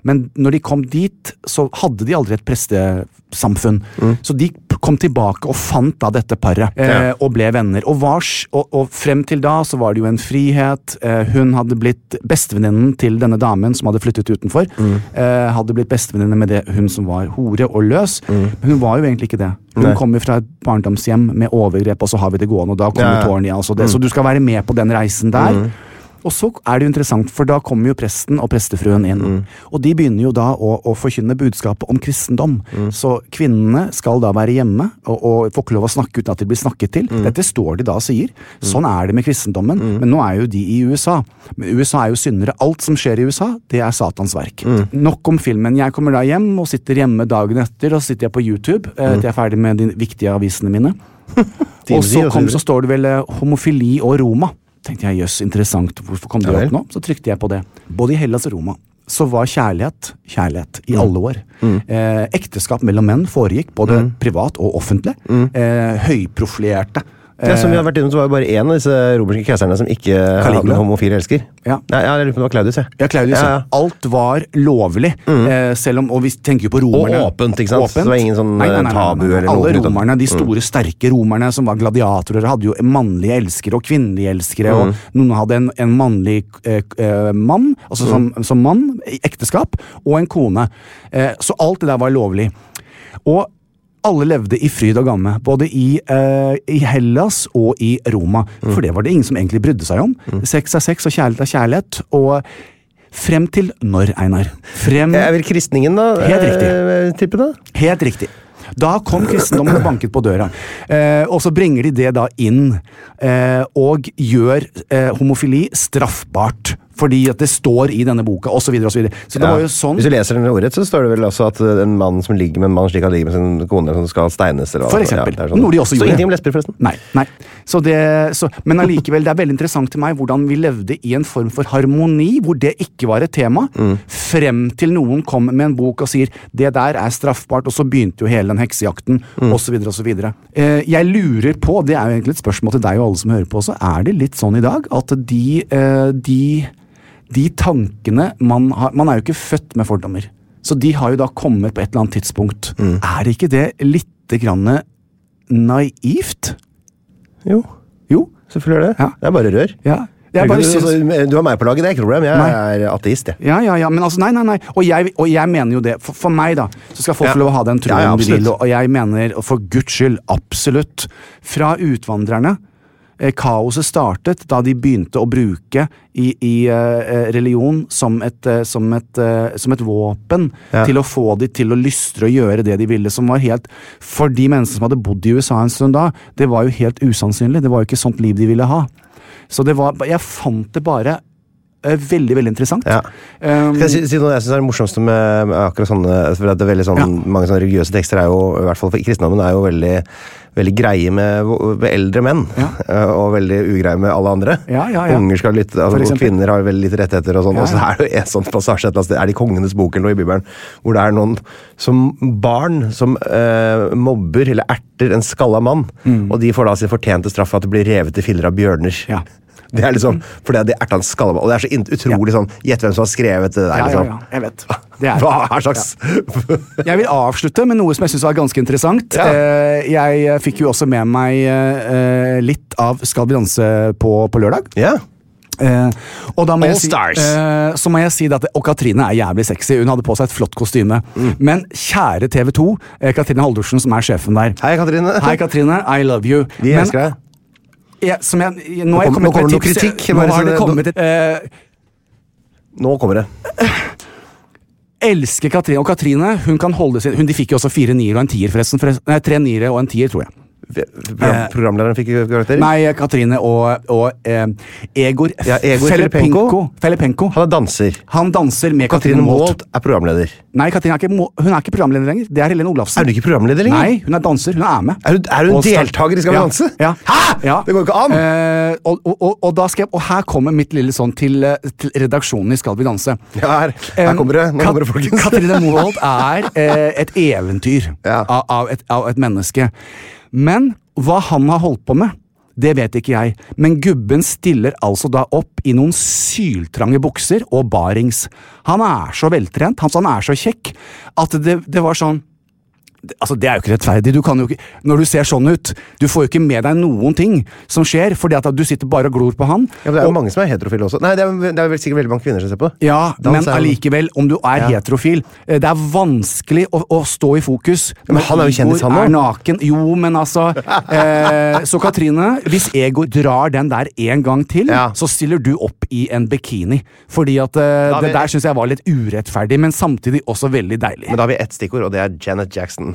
Speaker 2: Men når de kom dit, så hadde de aldri et prestesamfunn. Så de p- kom tilbake og fant da dette paret, eh,
Speaker 1: Mm. Ja.
Speaker 2: og ble venner. Og, var, s- og, og frem til da så var det jo en frihet. Eh, hun hadde blitt bestevenninnen til denne damen som hadde flyttet utenfor.
Speaker 1: Mm.
Speaker 2: Eh, hadde blitt bestevenninne med det hun som var hore og løs. Men hun var jo egentlig ikke det. Hun
Speaker 1: Mm. Nei.
Speaker 2: kommer fra et barndomshjem med overgrep, og så har vi det gående. og da
Speaker 1: Ja, Mm.
Speaker 2: kommer
Speaker 1: ja.
Speaker 2: tårene igjen. Altså det. Så du skal være med på den reisen der. Og så er det jo interessant, for da kommer jo presten og prestefruen inn.
Speaker 1: Mm.
Speaker 2: Og de begynner jo da å, å forkynne budskapet om kristendom.
Speaker 1: Mm.
Speaker 2: Så kvinnene skal da være hjemme og, og får ikke lov å snakke uten at de blir snakket til.
Speaker 1: Mm.
Speaker 2: Dette står de da og sier. Sånn er det med kristendommen. Men nå er jo de i USA. Men USA er jo syndere. Alt som skjer i USA, det er Satans verk.
Speaker 1: Mm.
Speaker 2: Nok om filmen. Jeg kommer da hjem og sitter hjemme dagen etter, og så sitter jeg på YouTube eh,
Speaker 1: Mm.
Speaker 2: til jeg er ferdig med de viktige avisene mine. Og
Speaker 1: Timesy
Speaker 2: så,
Speaker 1: og så
Speaker 2: kom,
Speaker 1: videre.
Speaker 2: så står det vel eh, homofili og Roma. Tenkte jeg, jøss, interessant, hvorfor kom det
Speaker 1: Ja vel.
Speaker 2: opp nå? Så trykte jeg på det. Både i Hellas og Roma så var kjærlighet kjærlighet
Speaker 1: Mm.
Speaker 2: i alle år. Eh, ekteskap mellom menn foregikk både
Speaker 1: Mm.
Speaker 2: privat og offentlig. Eh, høyprofilerte.
Speaker 1: Ja, som vi har vært innom, så var jo bare én av disse romerske keiserne som ikke hadde
Speaker 2: Caligula.
Speaker 1: en homofil elsker.
Speaker 2: Ja.
Speaker 1: Nei, ja, jeg lurer på om det var Claudius, jeg.
Speaker 2: Ja, Claudius,
Speaker 1: Ja, ja.
Speaker 2: ja. Alt var lovlig, eh, selv om, og vi tenker jo på romerne.
Speaker 1: Og åpent, ikke sant? Så det var ingen sånn, tabu eller noe
Speaker 2: Alle
Speaker 1: knyttet. Mm.
Speaker 2: romerne, de store, sterke romerne som var gladiatorer, hadde jo mannlige elskere og kvinnelige elskere,
Speaker 1: Mm.
Speaker 2: og noen hadde en, en mannlig eh, k- eh, mann, altså som,
Speaker 1: Mm.
Speaker 2: som mann, i ekteskap, og en kone. Eh, så alt det der var lovlig. Og alle levde i fryd og gamme, både i, eh, i Hellas og i Roma.
Speaker 1: Mm.
Speaker 2: For det var det ingen som egentlig brydde seg om. Sex er sex, og kjærlighet er kjærlighet. Og frem til når, Einar? Frem
Speaker 1: Jeg er vel kristningen, da?
Speaker 2: Helt riktig.
Speaker 1: eh, Tipper jeg, da?
Speaker 2: Helt riktig. Da kom kristendommen og banket på døra. Eh, og så bringer de det da inn, eh, og gjør eh, homofili straffbart. Fordi at det står i denne boka, osv. Så, videre, og så, videre. så det
Speaker 1: Ja.
Speaker 2: var jo sånn
Speaker 1: Hvis du leser den ordrett, så står det vel også at eh, en mann som ligger med en mann slik han ligger med sin kone, som skal steines eller hva
Speaker 2: For
Speaker 1: det var.
Speaker 2: eksempel.
Speaker 1: det er sånn.
Speaker 2: Noe de også
Speaker 1: Så
Speaker 2: gjorde.
Speaker 1: ingenting om lesber, forresten.
Speaker 2: Nei. nei. Så det, så, men allikevel, det er veldig interessant til meg hvordan vi levde i en form for harmoni, hvor det ikke var et tema, frem til noen kom med en bok og sier 'det der er straffbart', og så begynte jo hele den heksejakten, osv., osv. Eh, jeg lurer på, det er jo egentlig et spørsmål til deg og alle som hører på også, er det litt sånn i dag at de, eh, de, de tankene man har Man er jo ikke født med fordommer, så de har jo da kommet på et eller annet tidspunkt. Er ikke det lite grann naivt?
Speaker 1: Jo,
Speaker 2: Jo.
Speaker 1: selvfølgelig er det.
Speaker 2: Ja.
Speaker 1: Det er bare rør.
Speaker 2: Ja. Jeg bare
Speaker 1: du,
Speaker 2: syns
Speaker 1: du har meg på laget, det er ikke noe problem. Jeg
Speaker 2: Nei.
Speaker 1: er ateist, jeg.
Speaker 2: ja, ja, ja, men altså, nei, nei, nei. Og jeg, og jeg mener jo det. For, for meg, da, så skal folk
Speaker 1: Ja.
Speaker 2: få lov å ha den troen
Speaker 1: Ja, ja,
Speaker 2: de
Speaker 1: absolutt.
Speaker 2: vil. Og og jeg mener, og for guds skyld, absolutt. Fra utvandrerne. eh, Kaoset startet da de begynte å bruke i, i eh, religion som et, eh, som et, eh, som et våpen
Speaker 1: Ja.
Speaker 2: til å få de til å lystre å gjøre det de ville, som var helt For de menneskene som hadde bodd i USA en stund da, det var jo helt usannsynlig. Det var jo ikke sånt liv de ville ha. Så det var Jeg fant det bare eh, veldig, veldig interessant.
Speaker 1: Ja.
Speaker 2: Um,
Speaker 1: Skal jeg si, si noe jeg synes er det morsomste med, med akkurat sånne for at det er veldig sånn,
Speaker 2: Ja.
Speaker 1: Mange sånne religiøse tekster er jo, i hvert fall for kristendommen, er jo veldig, veldig greie med, med eldre menn.
Speaker 2: Ja.
Speaker 1: eh, Og veldig ugreie med alle andre.
Speaker 2: Ja, ja, ja.
Speaker 1: Unger skal lytte,
Speaker 2: For
Speaker 1: altså, og
Speaker 2: eksempel.
Speaker 1: kvinner har veldig lite rettigheter og sånn.
Speaker 2: Ja,
Speaker 1: Og så
Speaker 2: ja.
Speaker 1: er det jo en sånn passasje et eller annet sted, er det i Kongenes bok eller noe i Bibelen, hvor det er noen som barn som eh, mobber
Speaker 2: Mm.
Speaker 1: eller erter en skalla mann, og de får da sin fortjente straff for at de blir revet i filler av bjørner.
Speaker 2: Ja.
Speaker 1: Det er liksom, for det, det er Ertan Skalleberg, og det er så int- utrolig sånn Gjett hvem som har skrevet det der,
Speaker 2: Ja, ja,
Speaker 1: liksom.
Speaker 2: ja, jeg vet. Det er-
Speaker 1: Hva er slags
Speaker 2: Jeg vil avslutte med noe som jeg syns var ganske interessant.
Speaker 1: Ja.
Speaker 2: Eh, Jeg eh, fikk jo også med meg eh, eh, litt av Skal vi danse på, på lørdag.
Speaker 1: Ja.
Speaker 2: Eh, og da må
Speaker 1: All
Speaker 2: jeg si,
Speaker 1: stars.
Speaker 2: eh, så må jeg si det at Og Katrine er jævlig sexy. Hun hadde på seg et flott kostyme.
Speaker 1: Mm.
Speaker 2: Men kjære TV 2, eh, Katrine Haldorsen, som er sjefen der.
Speaker 1: Hei, Katrine.
Speaker 2: Hei, Katrine. I love you.
Speaker 1: Vi
Speaker 2: Men
Speaker 1: elsker deg.
Speaker 2: jeg, som jeg, nå har jeg
Speaker 1: Nå kom- nå
Speaker 2: kommet
Speaker 1: kommer
Speaker 2: med
Speaker 1: det noe
Speaker 2: tips.
Speaker 1: kritikk,
Speaker 2: Nå
Speaker 1: bare så
Speaker 2: har det
Speaker 1: det-
Speaker 2: kommet et eh,
Speaker 1: Nå kommer det.
Speaker 2: elsker Katrine. Og Katrine hun kan holde sin hun, De fikk jo også fire nier og en tier, forresten. forresten. Nei, tre niere og en tier, tror jeg.
Speaker 1: Program, programlederen fikk karakterer?
Speaker 2: Eh, Nei, Katrine og, og eh, Egor,
Speaker 1: Ja, Egor
Speaker 2: Felipenko.
Speaker 1: Filipenko.
Speaker 2: Felipenko.
Speaker 1: Han er danser.
Speaker 2: Han danser med
Speaker 1: Katrine Moholt er programleder.
Speaker 2: Nei, Katrine er ikke, må- hun er ikke programleder lenger. Det er Helene Olafsen.
Speaker 1: Er hun ikke programleder lenger?
Speaker 2: Nei, hun er danser. Hun er med.
Speaker 1: Er hun- er hun
Speaker 2: Og sta-
Speaker 1: deltaker i Skal vi danse?
Speaker 2: Ja, ja.
Speaker 1: Hæ?
Speaker 2: Ja.
Speaker 1: Det går jo ikke an!
Speaker 2: Eh, og, og, og, og, da skal jeg, og her kommer mitt lille sånn til, eh, til redaksjonen i Skal vi danse.
Speaker 1: Ja, her, her
Speaker 2: Um,
Speaker 1: kommer det. Nå
Speaker 2: Kat-
Speaker 1: kommer det, folkens.
Speaker 2: Katrine Moholt er eh, et eventyr
Speaker 1: [LAUGHS] Ja.
Speaker 2: av, av, et, av et menneske. Men hva han har holdt på med, det vet ikke jeg. Men gubben stiller altså da opp i noen syltrange bukser og barings. Han er så veltrent, han, han er så kjekk, at det, det var sånn Altså, Det er jo ikke rettferdig. Du kan jo ikke, når du ser sånn ut, du får jo ikke med deg noen ting som skjer, fordi at du sitter bare og glor på han.
Speaker 1: [LAUGHS] Ja, men det er jo mange som er heterofile også. Nei, det er, det er vel sikkert veldig mange kvinner som ser på.
Speaker 2: Ja,
Speaker 1: Dans er
Speaker 2: men
Speaker 1: jo-
Speaker 2: allikevel, om du er heterofil eh, Det er vanskelig å, å stå i fokus.
Speaker 1: men han er jo kjendis, han
Speaker 2: er naken. Jo, men altså eh, Så Katrine, hvis Egor drar den der en gang til,
Speaker 1: Ja.
Speaker 2: så stiller du opp i en bikini. Fordi at eh,
Speaker 1: Da vil-
Speaker 2: det der syns jeg var litt urettferdig, men samtidig også veldig deilig.
Speaker 1: Men da har vi ett stikkord, og det er Janet Jackson.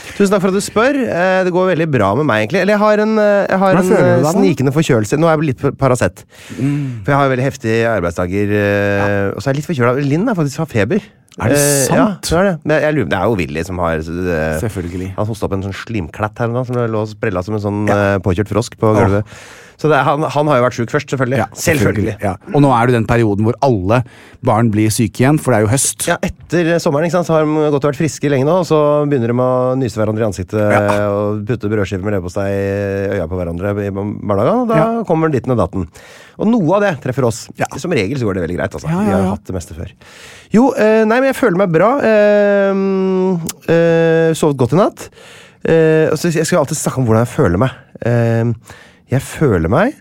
Speaker 1: Tusen takk for at du spør. Eh, Det går veldig bra med meg, egentlig. Eller jeg har en, eh, jeg har
Speaker 2: Hvordan
Speaker 1: en
Speaker 2: føler du
Speaker 1: eh,
Speaker 2: deg, Mm. da?
Speaker 1: snikende forkjølelse. Nå er jeg litt Paracet. For jeg har veldig heftige arbeidsdager. eh, Og så er jeg litt forkjøla. Linn er faktisk har feber.
Speaker 2: Er det
Speaker 1: Eh,
Speaker 2: sant?
Speaker 1: Ja, hun er det. Men jeg lurer, det er jo Willy som har eh,
Speaker 2: Selvfølgelig.
Speaker 1: Han hosta opp en sånn slimklatt her nå, som lå og sprella som en sånn eh, påkjørt frosk på
Speaker 2: Åh.
Speaker 1: gulvet. Så det er, han, han har jo vært sjuk først, selvfølgelig.
Speaker 2: Ja, Ja. Og nå er det den perioden hvor alle barn blir syke igjen, for det er jo høst.
Speaker 1: Ja, Etter sommeren ikke sant, så har de gått og vært friske lenge nå, og så begynner de å nyse hverandre i ansiktet og putte brødskiver med leverpostei i øya på hverandre i barnehagen. og Da
Speaker 2: Ja.
Speaker 1: kommer ditten og datten. Og noe av det treffer oss.
Speaker 2: Ja.
Speaker 1: Som regel så går det veldig greit. altså.
Speaker 2: Ja, ja,
Speaker 1: Vi har
Speaker 2: ja.
Speaker 1: hatt det meste før. Jo, eh, nei, men jeg føler meg bra. Eh, eh, sovet godt i natt. Eh, og så jeg skal alltid snakke om hvordan jeg føler meg. Eh, jeg føler meg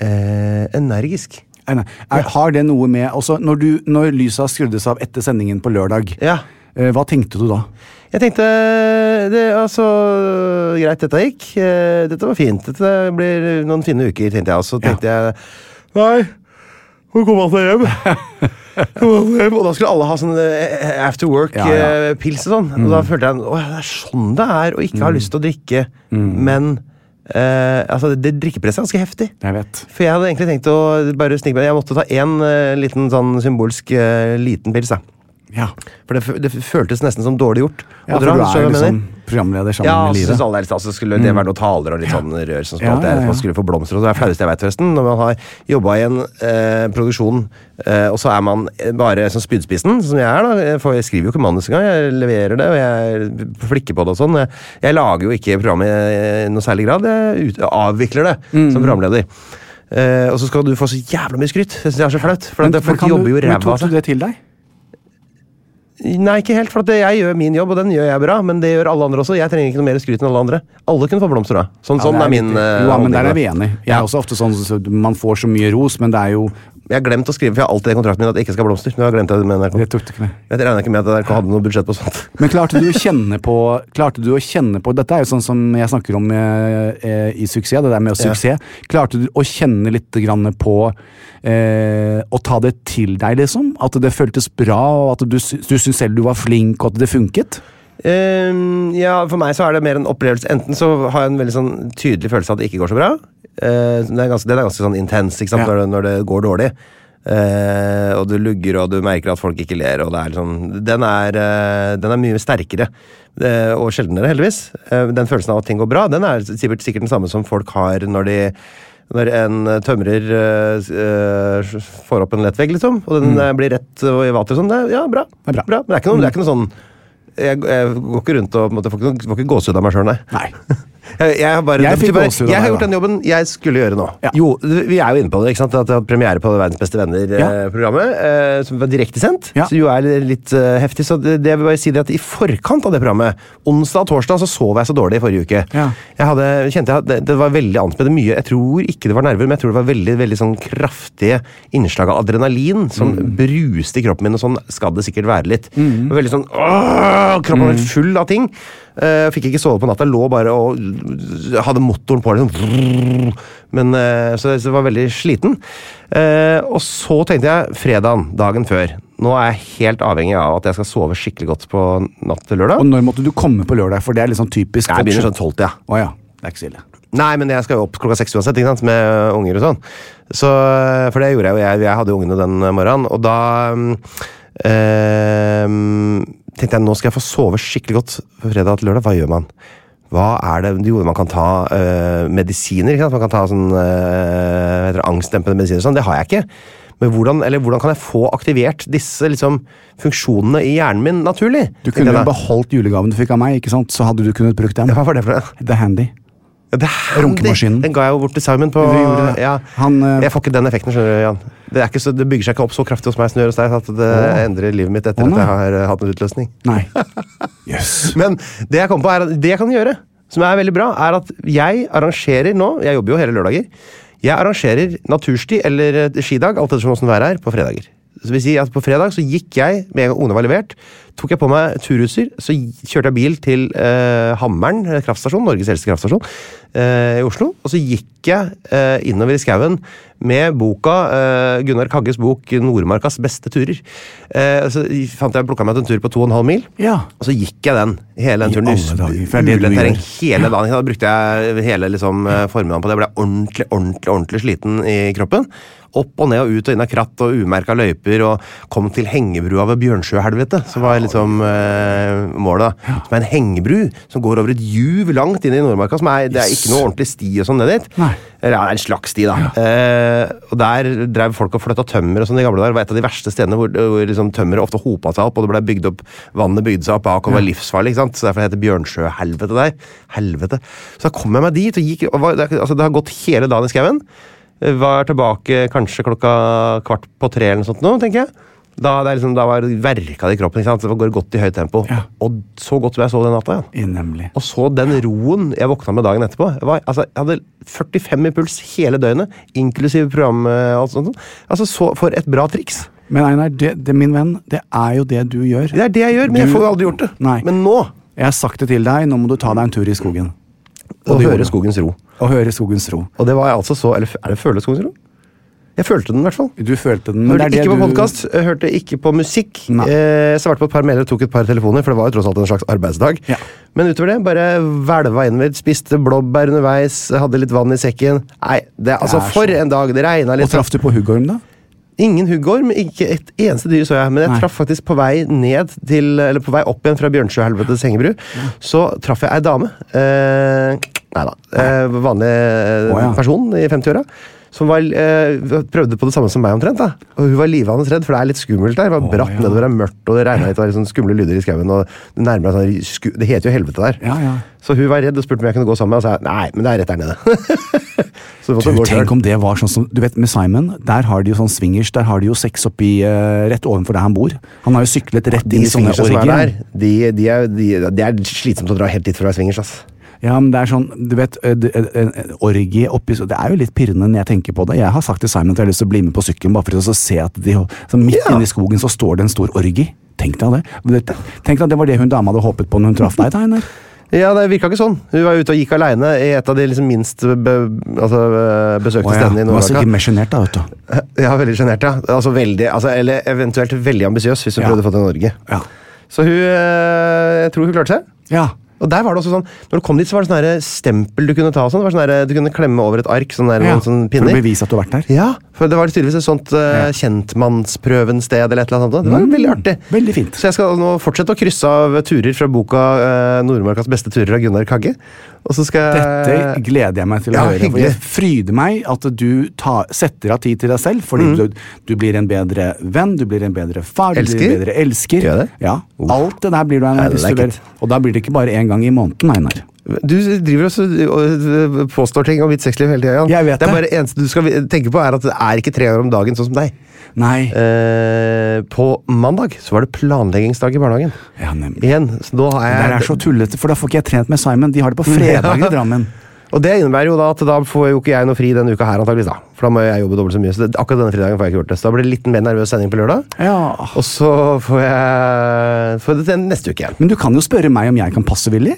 Speaker 1: eh, energisk.
Speaker 2: Nei, nei. Er, har det noe med også, når, du, når lysa skruddes av etter sendingen på lørdag,
Speaker 1: Ja.
Speaker 2: Eh, Hva tenkte du da?
Speaker 1: Jeg tenkte det, altså, Greit, dette gikk. Eh, Dette var fint. Dette blir noen fine uker, tenkte jeg. Og så tenkte jeg Nei, nå kom han seg
Speaker 2: [LAUGHS]
Speaker 1: hjem. Kom han seg hjem. Og da skulle alle ha sånn eh, after
Speaker 2: Ja, Mm. ja.
Speaker 1: work-pils og sånn. Og da følte jeg at det er sånn det er å
Speaker 2: Mm.
Speaker 1: ikke ha lyst til å drikke, men eh, altså, det drikkepresset er ganske heftig.
Speaker 2: Jeg vet.
Speaker 1: For jeg hadde egentlig tenkt å bare snike meg Jeg måtte ta én eh, liten sånn symbolsk eh, liten pils, da.
Speaker 2: Ja,
Speaker 1: For det, fø- det føltes nesten som dårlig gjort. å
Speaker 2: ja for
Speaker 1: dra,
Speaker 2: du
Speaker 1: skjønner du hva
Speaker 2: er jo
Speaker 1: jeg
Speaker 2: liksom
Speaker 1: mener?
Speaker 2: programleder sammen
Speaker 1: Ja,
Speaker 2: med
Speaker 1: så
Speaker 2: livet. Mm.
Speaker 1: synes alle er litt stas, så skulle det være noen taler og litt sånn rør som
Speaker 2: Ja,
Speaker 1: skulle,
Speaker 2: ja, ja.
Speaker 1: man skulle få blomster og det er flaueste jeg vet forresten. Når man har jobba i en eh, produksjon, eh, og så er man eh, bare som spydspissen, som jeg er, da. For jeg skriver jo ikke manus engang, jeg leverer det, og jeg flikker på det og sånn. Jeg, jeg lager jo ikke programmet i noe særlig grad, jeg ut, avvikler det
Speaker 2: Mm.
Speaker 1: som programleder. Eh, og så skal du få så jævla mye skryt! Jeg synes det er så flaut. For at folk
Speaker 2: kan du-
Speaker 1: jobber jo
Speaker 2: men
Speaker 1: ræva altså. av
Speaker 2: Tok
Speaker 1: seg.
Speaker 2: du det til deg?
Speaker 1: Nei, ikke helt, for at jeg gjør min jobb, og den gjør jeg bra. Men det gjør alle andre også. Jeg trenger ikke noe mer skryt enn alle andre. Alle kunne få blomster av. Sånn, sånn er,
Speaker 2: Ja, Altså, det
Speaker 1: min
Speaker 2: riktig.
Speaker 1: eh,
Speaker 2: Jo, ja, men
Speaker 1: holdning
Speaker 2: der
Speaker 1: da.
Speaker 2: er vi enige. Jeg er også ofte sånn så man får så mye ros, men det er jo
Speaker 1: Jeg har glemt å skrive, for jeg har alltid i kontrakten min at jeg ikke skal ha blomster. Men jeg har glemt det med NRK.
Speaker 2: Jeg tok det ikke med.
Speaker 1: Jeg regner ikke med at NRK hadde noe budsjett på sånt.
Speaker 2: Men klarte du å kjenne på Klarte du å kjenne på Dette er jo sånn som jeg snakker om eh, eh, i Suksess, det der med å
Speaker 1: Ja.
Speaker 2: suksess. Klarte du å kjenne litt grann på eh, Å ta det til deg, liksom? At det føltes bra, og at du, sy- du syntes selv du var flink, og at det funket?
Speaker 1: Ehm, ja, for meg så er det mer en opplevelse. Enten så har jeg en veldig sånn tydelig følelse av at det ikke går så bra. Eh, den, er ganske, den er ganske sånn intens ikke sant,
Speaker 2: Ja.
Speaker 1: når, det, når det går dårlig. Eh, og du lugger, og du merker at folk ikke ler. Og det er liksom, den, er, eh, den er mye sterkere. eh, og sjeldnere, heldigvis. Eh, den følelsen av at ting går bra, den er sikkert, sikkert den samme som folk har når de når en eh, tømrer eh, s- eh, får opp en lett vegg, liksom, og den eh, blir rett og i vater og sånn, det er ja, bra.
Speaker 2: Mm. Det er bra.
Speaker 1: Men det er ikke noe, det er ikke noe sånn jeg, jeg går ikke rundt og på en måte, får ikke, noe- får ikke gåsehud av meg sjøl, nei.
Speaker 2: Nei.
Speaker 1: Jeg, jeg, har bare,
Speaker 2: Jeg
Speaker 1: det
Speaker 2: fikk
Speaker 1: betyr bare,
Speaker 2: gåsehud av
Speaker 1: jeg har
Speaker 2: meg,
Speaker 1: gjort
Speaker 2: da.
Speaker 1: den jobben jeg skulle gjøre nå.
Speaker 2: Ja.
Speaker 1: Jo, Vi er jo inne på det. ikke sant? At jeg har hatt premiere på Verdens beste
Speaker 2: Ja.
Speaker 1: venner-programmet. Eh, som var direktesendt.
Speaker 2: Ja.
Speaker 1: Så jo er det litt eh, heftig. Så det, det vil bare si det at i forkant av det programmet, onsdag og torsdag, så sov jeg så dårlig i forrige uke.
Speaker 2: Ja.
Speaker 1: Jeg hadde, kjente jeg, at det, det var veldig anspent. Mye, jeg tror ikke det var nerver, men jeg tror det var veldig veldig sånn kraftige innslag av adrenalin som bruste i kroppen min, og sånn skal det sikkert være litt. Og Veldig sånn åh, Kroppen var helt full av ting. Eh, fikk ikke sove på natta. Lå bare og hadde motoren på. Liksom. Men, eh, så, så jeg var veldig sliten. Eh, og så tenkte jeg fredagen, dagen før. Nå er jeg helt avhengig av at jeg skal sove skikkelig godt på natt til lørdag.
Speaker 2: Og når måtte du komme på lørdag? For det er litt sånn typisk.
Speaker 1: Jeg begynner sånn tolvte, ja.
Speaker 2: Å ja. Det er ikke så ille.
Speaker 1: Nei, men jeg skal jo opp klokka seks uansett, ikke sant, med ø, unger og sånn. Så, ø, for det gjorde jeg jo. Jeg, jeg hadde jo ungene den ø, morgenen, og da ø, ø, tenkte jeg nå skal jeg få sove skikkelig godt fra fredag til lørdag. Hva gjør man? Hva er det Jo, man kan ta ø, medisiner. ikke sant? Man kan ta sånn, ø, hva heter det, angstdempende medisiner og sånn. Det har jeg ikke. Men hvordan, eller, hvordan kan jeg få aktivert disse liksom, funksjonene i hjernen min naturlig?
Speaker 2: Du
Speaker 1: tenkte
Speaker 2: kunne
Speaker 1: jeg
Speaker 2: jo
Speaker 1: da.
Speaker 2: beholdt julegaven du fikk av meg, ikke sant? så hadde du kunnet brukt den.
Speaker 1: Hva var det for noe?
Speaker 2: The Handy.
Speaker 1: Ja, Det er
Speaker 2: Runkemaskinen.
Speaker 1: Den ga jeg jo bort til Simon på
Speaker 2: Du gjorde det.
Speaker 1: ja.
Speaker 2: Han, eh,
Speaker 1: Jeg får ikke den effekten, skjønner du, Jan. Det, er ikke så, det bygger seg ikke opp så kraftig hos meg som det gjør hos deg, at det
Speaker 2: Å.
Speaker 1: endrer livet mitt etter
Speaker 2: Å,
Speaker 1: at
Speaker 2: nei.
Speaker 1: jeg har eh, hatt en utløsning.
Speaker 2: Nei. Jøss. Yes.
Speaker 1: [LAUGHS] Men det jeg kom på er at det jeg kan gjøre, som er veldig bra, er at jeg arrangerer nå Jeg jobber jo hele lørdager. Jeg arrangerer natursti eller eh, skidag, alt etter hvordan været er, på fredager. Så det vil si at På fredag så gikk jeg, med en gang ungene var levert, tok jeg på meg turutstyr. Så gi- kjørte jeg bil til eh, Hammeren eh, kraftstasjon, Norges eldste kraftstasjon, eh, i Oslo. Og så gikk jeg eh, innover i skauen med boka, eh, Gunnar Kagges bok 'Nordmarkas beste turer'. Eh, så fant jeg, plukka meg ut en tur på to og en halv mil.
Speaker 2: Ja.
Speaker 1: Og så gikk jeg den hele den
Speaker 2: I
Speaker 1: turen.
Speaker 2: alle
Speaker 1: Us-
Speaker 2: dager, for det er det du
Speaker 1: ulendt terreng
Speaker 2: gjør.
Speaker 1: hele dagen. Da brukte jeg hele liksom, eh, formiddagen på det. Jeg ble ordentlig, ordentlig, ordentlig sliten i kroppen. Opp og ned og ut og inn av kratt og umerka løyper, og kom til hengebrua ved Bjørnsjøhelvete, som var liksom eh, målet. da. Som er en hengebru som går over et juv langt inn i Nordmarka. Som er, det er ikke noe ordentlig sti og sånn ned dit.
Speaker 2: Nei.
Speaker 1: Eller ja, det er en slags sti, da. Eh, og Der drev folk og flytta tømmer og sånn i gamle dager. Det var et av de verste stedene hvor, hvor liksom tømmeret ofte hopa seg opp, og det ble bygd opp, vannet bygde seg opp bak og var livsfarlig. ikke sant? Så Derfor heter det Bjørnsjøhelvete der. Helvete. Så da kom jeg meg dit, og gikk, og var, det er- altså, det har gått hele dagen i skauen. Eh, Var tilbake kanskje klokka kvart på tre eller noe sånt nå, tenker jeg. Da, det er liksom, da var verka det i kroppen. ikke sant? Så Det går godt i høyt tempo.
Speaker 2: Ja.
Speaker 1: Og så godt som jeg sov den natta. Ja.
Speaker 2: Nemlig.
Speaker 1: Og så den roen jeg våkna med dagen etterpå. Jeg, var, altså, jeg hadde 45 i puls hele døgnet, inklusiv program eh, og alt sånt. Altså, så, For et bra triks!
Speaker 2: Men Einar, det, det, min venn, det er jo det du gjør.
Speaker 1: Det er det jeg gjør, men jeg
Speaker 2: Du-
Speaker 1: får jo aldri gjort det.
Speaker 2: Nei.
Speaker 1: Men nå
Speaker 2: Jeg har sagt det til deg, nå må du ta deg en tur i skogen.
Speaker 1: å
Speaker 2: det gjorde
Speaker 1: høre
Speaker 2: jeg.
Speaker 1: skogens ro.
Speaker 2: Og høre skogens ro.
Speaker 1: Og det var jeg altså så Eller f- er det føle skogens ro? Jeg følte den i hvert fall.
Speaker 2: Du følte den, men
Speaker 1: Hørte
Speaker 2: det er det
Speaker 1: ikke på
Speaker 2: du
Speaker 1: podkast, hørte ikke på musikk.
Speaker 2: Nei.
Speaker 1: Eh, svarte på et par mailer, tok et par telefoner, for det var jo tross alt en slags arbeidsdag.
Speaker 2: Ja.
Speaker 1: Men utover det, bare hvelva innover. Spiste blåbær underveis, hadde litt vann i sekken. Nei, det, altså,
Speaker 2: Det er
Speaker 1: for
Speaker 2: så-
Speaker 1: en dag! Det regna
Speaker 2: Og
Speaker 1: litt.
Speaker 2: traff du på huggorm, da?
Speaker 1: Ingen huggorm, ikke et eneste dyr så jeg. Men jeg
Speaker 2: Nei.
Speaker 1: traff faktisk på vei ned til Eller på vei opp igjen fra Bjørnsjøhelvetes hengebru. Så traff jeg ei dame. Eh, nei da. Eh, vanlig eh,
Speaker 2: Å, ja.
Speaker 1: person i 50-åra. Som var, eh, prøvde på det samme som meg, omtrent. da. Og Hun var livende redd, for det er litt skummelt der. Det var bratt
Speaker 2: ja.
Speaker 1: nedover, det er mørkt, og det regna litt, og det er litt sånn skumle lyder i skauen. og Det nærmer seg sånn sku- Det heter jo helvete der.
Speaker 2: Ja, ja.
Speaker 1: Så hun var redd og spurte om jeg kunne gå sammen. Og så sa jeg nei, men det er rett der nede. [LAUGHS] så
Speaker 2: Du,
Speaker 1: måtte hun gå selv.
Speaker 2: tenk om det var sånn som Du vet, med Simon, der har de jo sånn swingers. Der har de jo sex oppi eh, rett ovenfor der han bor. Han har jo syklet rett
Speaker 1: De
Speaker 2: inn i sånne
Speaker 1: swingersa som er der,
Speaker 2: orgier.
Speaker 1: de, de er, de, det er slitsomt å dra helt dit for å være swingers. ass.
Speaker 2: Ja, men det er sånn, du vet, eh, d- eh, en en orgie oppi så- Det er jo litt pirrende når jeg tenker på det. Jeg har sagt til Simon at jeg har lyst til å bli med på sykkelen, bare for å så se at de, så midt
Speaker 1: Ja.
Speaker 2: inne i skogen så står det en stor orgie. Tenk deg det. det. Tenk deg at det var det hun dama hadde håpet på når hun traff deg, Teiner.
Speaker 1: Ja, det virka ikke sånn. Hun var ute og gikk aleine i et av de liksom minst be, altså, eh, besøkte
Speaker 2: Å ja,
Speaker 1: stedene i
Speaker 2: Hun var sikkert
Speaker 1: Nord-Afrika.
Speaker 2: mer sjenert, da, vet du.
Speaker 1: [LAUGHS] Ja, veldig sjenert, ja. Altså, veldig, altså, eller eventuelt veldig ambisiøs, hvis hun
Speaker 2: Ja.
Speaker 1: prøvde å få til Norge.
Speaker 2: Ja.
Speaker 1: Så hun eh, Jeg tror hun klarte seg.
Speaker 2: ja.
Speaker 1: Og der var det også sånn, når du kom dit, så var det sånn der stempel du kunne ta. og Sånn. Det var sånn der, du kunne klemme over et ark. Sånn der,
Speaker 2: ja.
Speaker 1: noen sånne
Speaker 2: For å
Speaker 1: pinner.
Speaker 2: bevise at du har vært der.
Speaker 1: Ja, for det var tydeligvis et sånt eh,
Speaker 2: Ja.
Speaker 1: kjentmannsprøven-sted eller et eller annet sånt. Det var
Speaker 2: Mm,
Speaker 1: veldig artig.
Speaker 2: veldig fint.
Speaker 1: Så jeg skal nå fortsette å krysse av turer fra boka eh, 'Nordmarkas beste turer' av Gunnar Kagge. Og så skal
Speaker 2: Dette
Speaker 1: jeg
Speaker 2: gleder jeg meg til å
Speaker 1: Eh, Ja,
Speaker 2: høre. for
Speaker 1: hyggelig.
Speaker 2: Jeg fryder meg at du tar, setter av tid til deg selv, fordi
Speaker 1: Mm.
Speaker 2: du, du blir en bedre venn, du blir en bedre far, du blir
Speaker 1: Elsker?
Speaker 2: en bedre elsker.
Speaker 1: Gjør jeg det?
Speaker 2: Ja,
Speaker 1: Uff.
Speaker 2: Alt det der blir du, Einar.
Speaker 1: I
Speaker 2: hvis
Speaker 1: like
Speaker 2: du
Speaker 1: it.
Speaker 2: vil. Og da blir det ikke bare én gang i måneden, Einar.
Speaker 1: Du driver også og og påstår ting om mitt sexliv hele tida, Jan.
Speaker 2: Jeg vet
Speaker 1: det er
Speaker 2: det.
Speaker 1: bare eneste du skal tenke på, er at det er ikke tre ganger om dagen sånn som deg.
Speaker 2: Nei.
Speaker 1: Eh, på mandag så var det planleggingsdag i barnehagen.
Speaker 2: Ja, nemlig.
Speaker 1: Igjen. Så nå har
Speaker 2: Det
Speaker 1: jeg
Speaker 2: der er så tullete, for da får ikke jeg trent med Simon. De har det på fredagen
Speaker 1: Ja.
Speaker 2: i Drammen.
Speaker 1: Og det innebærer jo da at da får jo ikke jeg noe fri denne uka her, antageligvis da. For da må jeg jobbe dobbelt så mye. Så det, akkurat denne fridagen får jeg ikke gjort det. Så da blir det litt mer nervøs sending på lørdag.
Speaker 2: Ja.
Speaker 1: Og så får jeg får det til neste uke igjen.
Speaker 2: Men du kan jo spørre meg om jeg kan passe Willy.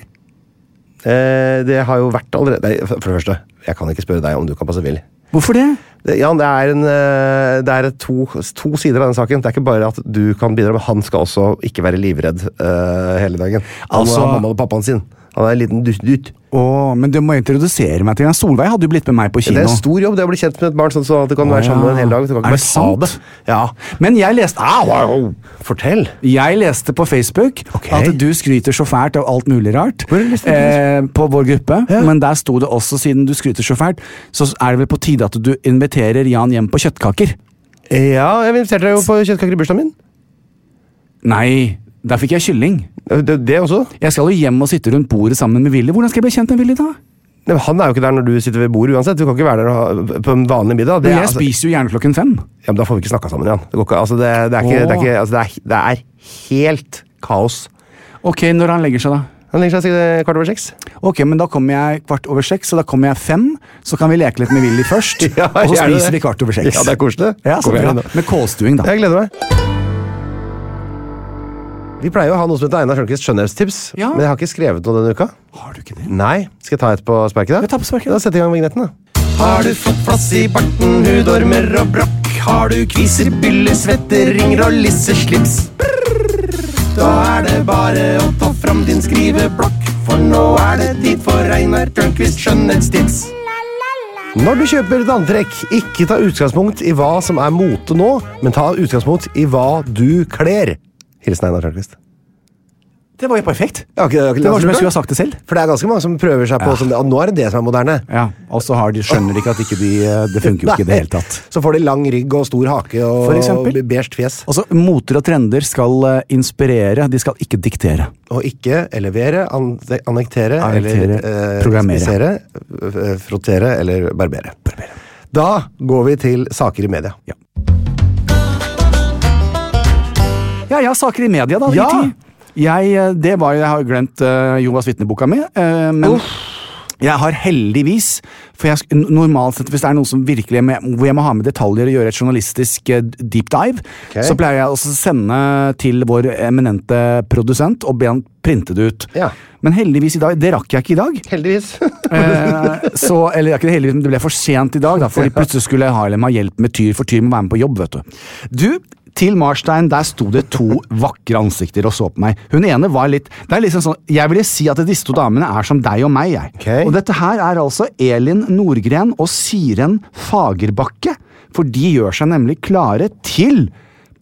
Speaker 1: Eh, det har jo vært allerede Nei, For for det første, jeg kan ikke spørre deg om du kan passe Willy.
Speaker 2: Hvorfor det?
Speaker 1: Det- Jan, det er, en, eh, det er to, to sider av denne saken. Det er ikke bare at du kan bidra, men han skal også ikke være livredd eh, hele dagen. Han
Speaker 2: Altså-
Speaker 1: må ha mammaen og pappaen sin. Han er en liten dutt-dutt.
Speaker 2: Åh, men du må introdusere meg til han. Solveig hadde jo blitt med meg på
Speaker 1: Det
Speaker 2: kino.
Speaker 1: er en stor jobb det å bli kjent med et barn sånn sånn at du kan være sammen med en hel dag. Du kan ikke bare
Speaker 2: Er det
Speaker 1: ta det.
Speaker 2: sant?
Speaker 1: Ja.
Speaker 2: Men jeg leste Au, au, au.
Speaker 1: Fortell!
Speaker 2: Jeg leste på Facebook
Speaker 1: Ok.
Speaker 2: at du skryter så fælt av alt mulig rart
Speaker 1: Hvor har du lest det på
Speaker 2: eh, på vår gruppe, men der sto det også, siden du skryter så fælt, så er det vel på tide at du inviterer Jan hjem på kjøttkaker.
Speaker 1: Ja, jeg inviterte deg jo på kjøttkaker i bursdagen min.
Speaker 2: Nei, der fikk jeg kylling.
Speaker 1: Det, det også.
Speaker 2: Jeg skal jo hjem og sitte rundt bordet sammen med Willy. Hvordan skal jeg bli kjent med Willy da?
Speaker 1: Nei, men han er jo ikke der når du sitter ved bordet uansett. Du kan ikke være der og ha, på en vanlig middag. Det,
Speaker 2: Men
Speaker 1: er-
Speaker 2: jeg
Speaker 1: altså,
Speaker 2: spiser jo gjerne klokken fem.
Speaker 1: ja, men da får vi ikke snakka sammen igjen. Det går ikke, altså, det, det er ikke, det er ikke altså, det, er, det er helt kaos.
Speaker 2: Ok, når han legger seg, da?
Speaker 1: Han legger seg sikkert kvart over seks.
Speaker 2: Ok, men da kommer jeg kvart over seks, så da kommer jeg fem. Så kan vi leke litt med Willy først,
Speaker 1: [LAUGHS] Ja,
Speaker 2: og så
Speaker 1: gjerne det.
Speaker 2: spiser vi kvart over seks.
Speaker 1: Ja, det er koselig.
Speaker 2: Ja, så
Speaker 1: Kom
Speaker 2: bra.
Speaker 1: igjen, da.
Speaker 2: Med kålstuing, da.
Speaker 1: Jeg gleder meg. Vi pleier jo å ha noe som heter Einar Sjølkvist skjønnhetstips,
Speaker 2: Ja.
Speaker 1: men jeg har ikke skrevet noe denne uka.
Speaker 2: Har du ikke det?
Speaker 1: Nei. Skal jeg ta et på sparket?
Speaker 2: Ja, ta på sparket.
Speaker 1: Da setter jeg i gang vignetten, da. Har du fått plass i barten, hudormer og brokk? Har du kviser, byller, svetter, ringer og lisseslips? Da er det bare å ta fram din skriveblokk, for nå er det tid for Einar Tørnquist skjønnhetstips. Når du kjøper et antrekk, ikke ta utgangspunkt i hva som er mote nå, men ta utgangspunkt i hva du kler. Hilsen Einar Tørnquist.
Speaker 2: Det var jo perfekt.
Speaker 1: Jeg har ikke- jeg har ikke
Speaker 2: Det var
Speaker 1: lest
Speaker 2: som
Speaker 1: det.
Speaker 2: jeg skulle ha sagt det selv.
Speaker 1: For det er ganske mange som prøver seg på sånn, og nå er det det som er moderne.
Speaker 2: Ja, Og så har de, skjønner de ikke at ikke de, eh, det funker jo [LAUGHS] ikke i det hele tatt.
Speaker 1: Så får de lang rygg og stor hake og
Speaker 2: For eksempel?
Speaker 1: beige fjes.
Speaker 2: Altså, Moter og trender skal eh, inspirere, de skal ikke diktere.
Speaker 1: Og ikke elevere, an annektere,
Speaker 2: Annektere,
Speaker 1: eller
Speaker 2: programmere.
Speaker 1: spisere, eh, frottere eller barbere. Da går vi til saker i media.
Speaker 2: Ja, jeg har saker i media, da.
Speaker 1: Ja!
Speaker 2: Ja! Jeg, eh, det var, jo- jeg har jo glemt eh, Jonas vitneboka mi, eh, men Jeg har heldigvis, for jeg, sk- n- normalt sett hvis det er noe som virkelig er med, hvor jeg må ha med detaljer og gjøre et journalistisk eh, deep dive,
Speaker 3: Ok.
Speaker 2: så pleier jeg også å sende til vår eminente produsent og be han printe det ut.
Speaker 3: Ja.
Speaker 2: Men heldigvis i dag, det rakk jeg ikke i dag. [LAUGHS]
Speaker 3: Heldigvis.
Speaker 2: Eh, så, eller det er ikke det heldigvis, men det ble for sent i dag, da, fordi plutselig skulle Harlem ha hjelp med Tyr, for Tyr må være med på jobb, vet du. Du, til Marstein, der sto det to vakre ansikter og så på meg. Hun ene var litt Det er liksom sånn Jeg ville si at disse to damene er som deg og meg, jeg.
Speaker 3: Ok.
Speaker 2: Og dette her er altså Elin Nordgren og Siren Fagerbakke, for de gjør seg nemlig klare til